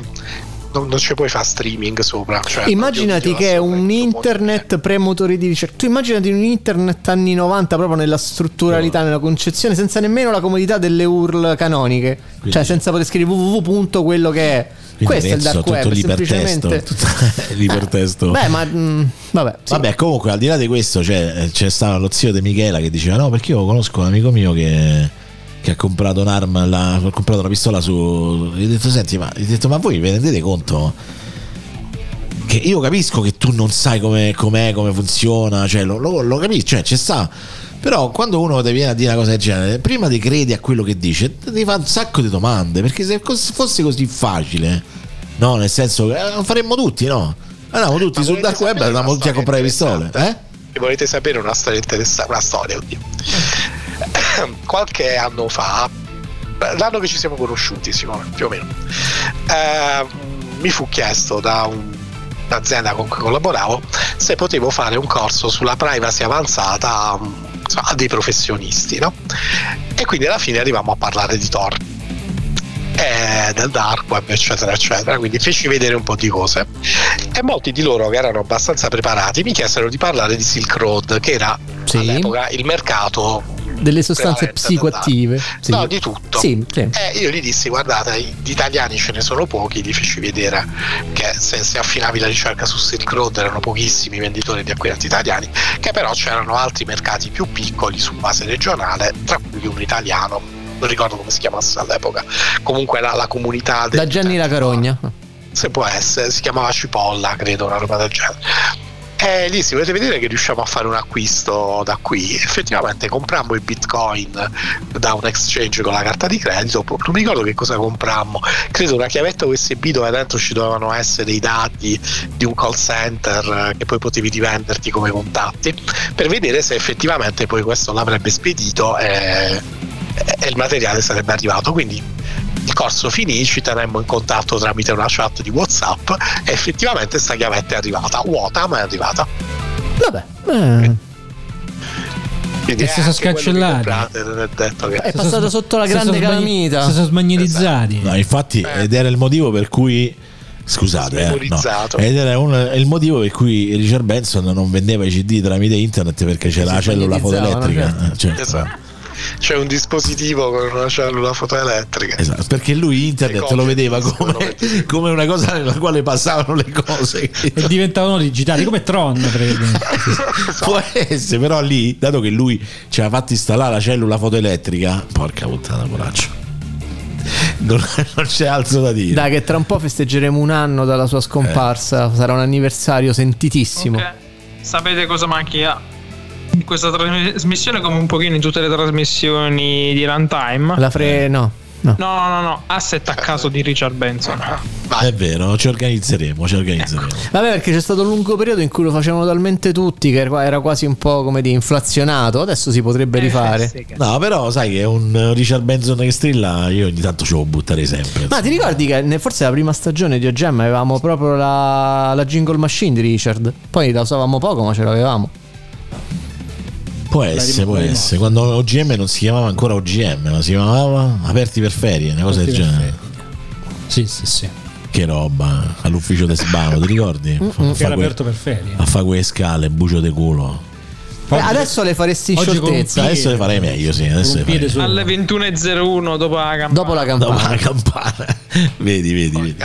non, non ci puoi fare streaming sopra. cioè, immaginati oddio, che è un internet pre-motori di ricerca. Tu immaginati un internet anni 90 proprio nella strutturalità, nella concezione, senza nemmeno la comodità delle URL canoniche. cioè senza poter scrivere www. quello che è. Quindi Questo è il Renzo, dark tutto web, l'ipertesto, semplicemente. tutto (laughs) l'ipertesto. Beh, ma mm, vabbè. sì. Vabbè, comunque, al di là di questo, c'è, c'è stato lo zio di Michela che diceva: No, perché io conosco un amico mio che, che ha comprato un'arma, la- ha comprato una pistola su. Gli ho detto: Senti, ma, gli ho detto, ma voi vi rendete conto? Che io capisco che tu non sai come, com'è, come funziona, cioè, lo, lo, lo capisci, cioè, ci sta. Però quando uno ti viene a dire una cosa del genere, prima ti credi a quello che dice, ti fa un sacco di domande, perché se cos- fosse così facile, no, nel senso che eh, lo faremmo tutti, no? Andiamo tutti sul dark web, andiamo tutti a comprare pistole, eh? Se volete sapere una storia interessante, una storia, oddio. (coughs) Qualche anno fa, l'anno che ci siamo conosciuti, Simone, più o meno, eh, mi fu chiesto da un- un'azienda con cui collaboravo se potevo fare un corso sulla privacy avanzata mm, insomma, a dei professionisti, no? E quindi alla fine arrivammo a parlare di Tor eh, del dark web eccetera eccetera quindi feci vedere un po' di cose e molti di loro che erano abbastanza preparati mi chiesero di parlare di Silk Road che era all'epoca il mercato Delle sostanze prevalente del dark. psicoattive. Sì. no di tutto Sì, sì. e io gli dissi guardate gli italiani ce ne sono pochi gli feci vedere che se, se affinavi la ricerca su Silk Road erano pochissimi i venditori di acquisti italiani che però c'erano altri mercati più piccoli su base regionale tra cui un italiano non ricordo come si chiamasse all'epoca comunque la, la comunità del- Da Gianni la Carogna. se può essere, si chiamava Cipolla, credo, una roba del genere. E lì si volete vedere che riusciamo a fare un acquisto da qui. Effettivamente comprammo i bitcoin da un exchange con la carta di credito, non mi ricordo che cosa comprammo, credo una chiavetta USB dove dentro ci dovevano essere i dati di un call center eh, che poi potevi rivenderti come contatti, per vedere se effettivamente poi questo l'avrebbe spedito e, e- e il materiale sarebbe arrivato. Quindi il corso finì, ci terremmo in contatto tramite una chat di WhatsApp e effettivamente sta chiavetta è arrivata, vuota ma è arrivata. Vabbè. Eh. Quindi E si sono Eh. anche quello che scancellati. comprate, non È, detto che- È passato sotto la grande calamita. Si sono smagnetizzati. No, infatti, ed era il motivo per cui. Scusate, eh, no. Memorizzato. ed era un- il motivo per cui Richard Benson non vendeva i CD tramite internet perché c'era la cellula magnetizzavano, fotoelettrica. Eh, cioè, Esatto. C'è un dispositivo con una cellula fotoelettrica. esatto, perché lui internet lo vedeva come, come una cosa nella quale passavano le cose. E diventavano digitali come Tron, praticamente. Può essere, però lì, dato che lui ci aveva fatto installare la cellula fotoelettrica, porca puttana, poraccio. Non, (laughs) non c'è altro da dire. Dai, che tra un po' festeggeremo un anno dalla sua scomparsa. Sarà un anniversario sentitissimo. Ok. Sapete cosa manca in questa trasmissione, come un pochino in tutte le trasmissioni di runtime? La fre no. No, no, no, no, asset a caso di Richard Benson. È vero, ci organizzeremo, ci organizzeremo. Vabbè, perché c'è stato un lungo periodo in cui lo facevano talmente tutti che era era quasi un po' come di inflazionato. Adesso si Eh, potrebbe rifare. No, però sai che un Richard Benson che strilla, io ogni tanto ce lo butterei sempre. Ma ti ricordi che ne- forse la prima stagione di OGM avevamo proprio la, la jingle machine di Richard? Poi la usavamo poco, ma ce l'avevamo. Può essere, può essere. Quando OGM non si chiamava ancora OGM, ma si chiamava Aperti per ferie, una cosa del Aperti per genere. Sì, sì, sì. Che roba, all'ufficio de Sbano, ti ricordi? Mm, Mm-mm. Che era que- aperto per ferie. A fa quelle scale, bucio de culo. Beh, Eh, adesso le faresti in oggi con un scioltezza. piede. Adesso le farei meglio, sì. Adesso le farei meglio. Alle 21.01 dopo la campana. Dopo la campana. Dopo la campana. (laughs) Vedi, vedi, vedi.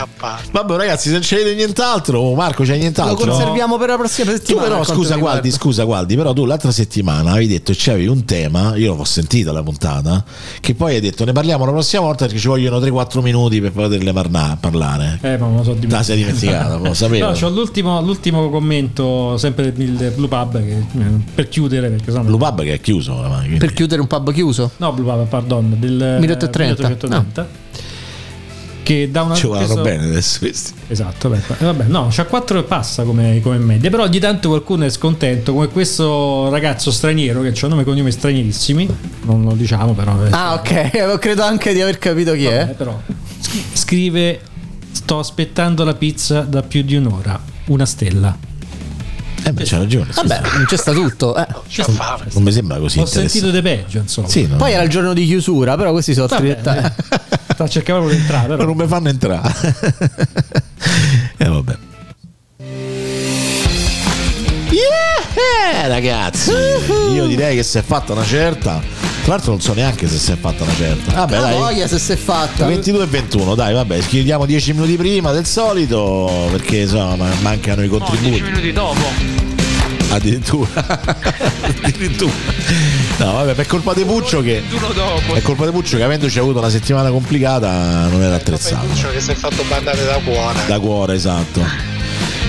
Vabbè, ragazzi, se non c'è nient'altro, oh, Marco, c'è Lo nient'altro. conserviamo per la prossima Tu settimana. però per quanto scusa mi guardi, riguarda. scusa guardi, però tu l'altra settimana avevi detto c'avevi un tema, io l'ho sentita la puntata, che poi hai detto ne parliamo la prossima volta perché ci vogliono 3-4 minuti per poterle parna- parlare. Eh, ma me lo so dimenticato. La sei dimenticata, lo sapevo. (laughs) No, c'ho l'ultimo, l'ultimo commento sempre del del Blue Pub che, eh, per chiudere perché sennò Blue Pub che è chiuso oramai, quindi. Per chiudere un pub chiuso? No, Blue Pub, pardon, del 1830. 1830. Che da una Ci questo- vanno bene adesso questi. Esatto, beh, eh, vabbè, no, c'ha 4 e passa come, come media, però ogni tanto qualcuno è scontento, come questo ragazzo straniero che ha un nome e cognome stranissimi, non lo diciamo però. eh. Ah, ok, (laughs) credo anche di aver capito chi è. Scrive, sto aspettando la pizza da più di un'ora, una stella. Eh beh, c'ha ragione. scusa. Vabbè, non c'è sta tutto. eh. Non mi sembra così Ho interessante. sentito de peggio, insomma. Sì, no. Poi era il giorno di chiusura, però questi sono altri Vabbè, dettagli. (laughs) Sta cercando di entrare, però. non mi fanno entrare. E vabbè. Yeah, ragazzi, io direi che si è fatta una certa. Tra l'altro non so neanche se si è fatta una certa. Vabbè, La dai. voglia se si è fatta. 22 e 21, dai, vabbè, chiudiamo 10 minuti prima del solito, perché insomma mancano i No, 10 contributi. minuti dopo. Addirittura. (laughs) Addirittura. No, vabbè, per colpa di Puccio che. Uno dopo. Ecco. È colpa di Puccio che avendoci avuto una settimana complicata non era attrezzato. Cioè, che si è fatto bandare da buona. Da cuore, esatto.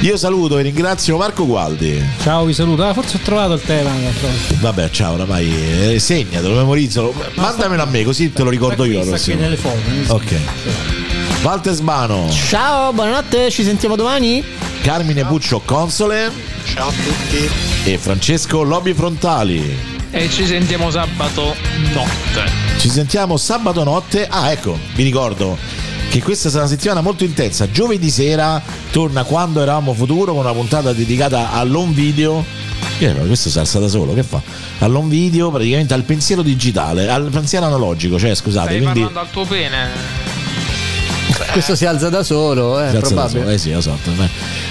Io saluto e ringrazio Marco Gualdi. Ciao, vi saluto. Ah, forse ho trovato il tema. Vabbè, ciao, oramai eh, segnatelo, memorizzalo. Mandamelo a me, così te lo ricordo io. la Qui prossima. nelle eh, foto. Ok. Walter Sbano, Ciao, buonanotte, ci sentiamo domani. Carmine Puccio Console Ciao a tutti. e Francesco Lobby Frontali. E ci sentiamo sabato notte. Ci sentiamo sabato notte. Ah, ecco, vi ricordo che questa sarà una settimana molto intensa. Giovedì sera torna quando eravamo futuro con una puntata dedicata all'on video. Che è, ma questo salsa da solo, che fa? All'on video, praticamente al pensiero digitale, al pensiero analogico, cioè scusate, Stai quindi parlando al tuo pene. Questo si alza da solo, è Piazza probabile. d'Asolo, eh sì, esatto.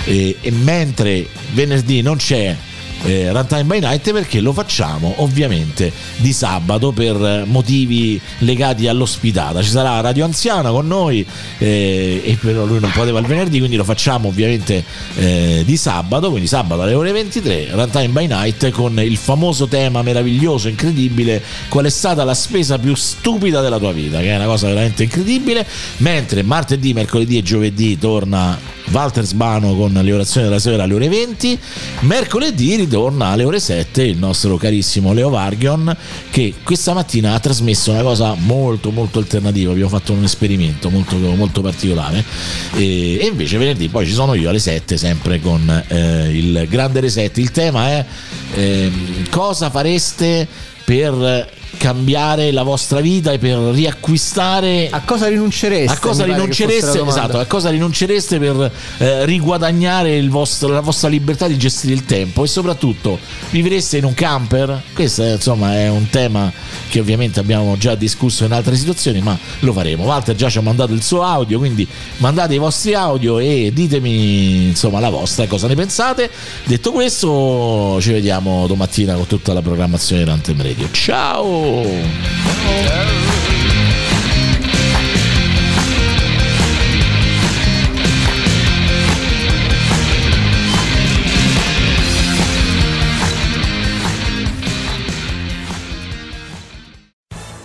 E, e mentre venerdì non c'è eh, Runtime by Night perché lo facciamo ovviamente di sabato per eh, motivi legati all'ospitata. Ci sarà Radio Anziana con noi eh, e però lui non poteva il venerdì, quindi lo facciamo ovviamente eh, di sabato, quindi sabato alle ore 23, Runtime by Night con il famoso tema meraviglioso, incredibile, qual è stata la spesa più stupida della tua vita, che è una cosa veramente incredibile, mentre martedì, mercoledì e giovedì torna Walter Sbano con le orazioni della sera alle ore 20, mercoledì ritorna alle ore 7 il nostro carissimo Leo Vargion che questa mattina ha trasmesso una cosa molto molto alternativa, abbiamo fatto un esperimento molto, molto particolare e, e invece venerdì poi ci sono io alle 7 sempre con eh, il grande reset, il tema è ehm, cosa fareste per cambiare la vostra vita e per riacquistare a cosa rinuncereste a cosa mi pare che fosse rinuncereste la domanda. esatto a cosa rinuncereste per eh, riguadagnare il vostro- la vostra libertà di gestire il tempo e soprattutto vivreste in un camper questo eh, insomma è un tema che ovviamente abbiamo già discusso in altre situazioni ma lo faremo Walter già ci ha mandato il suo audio quindi mandate i vostri audio e ditemi insomma la vostra cosa ne pensate detto questo ci vediamo domattina con tutta la programmazione di Rantem Radio ciao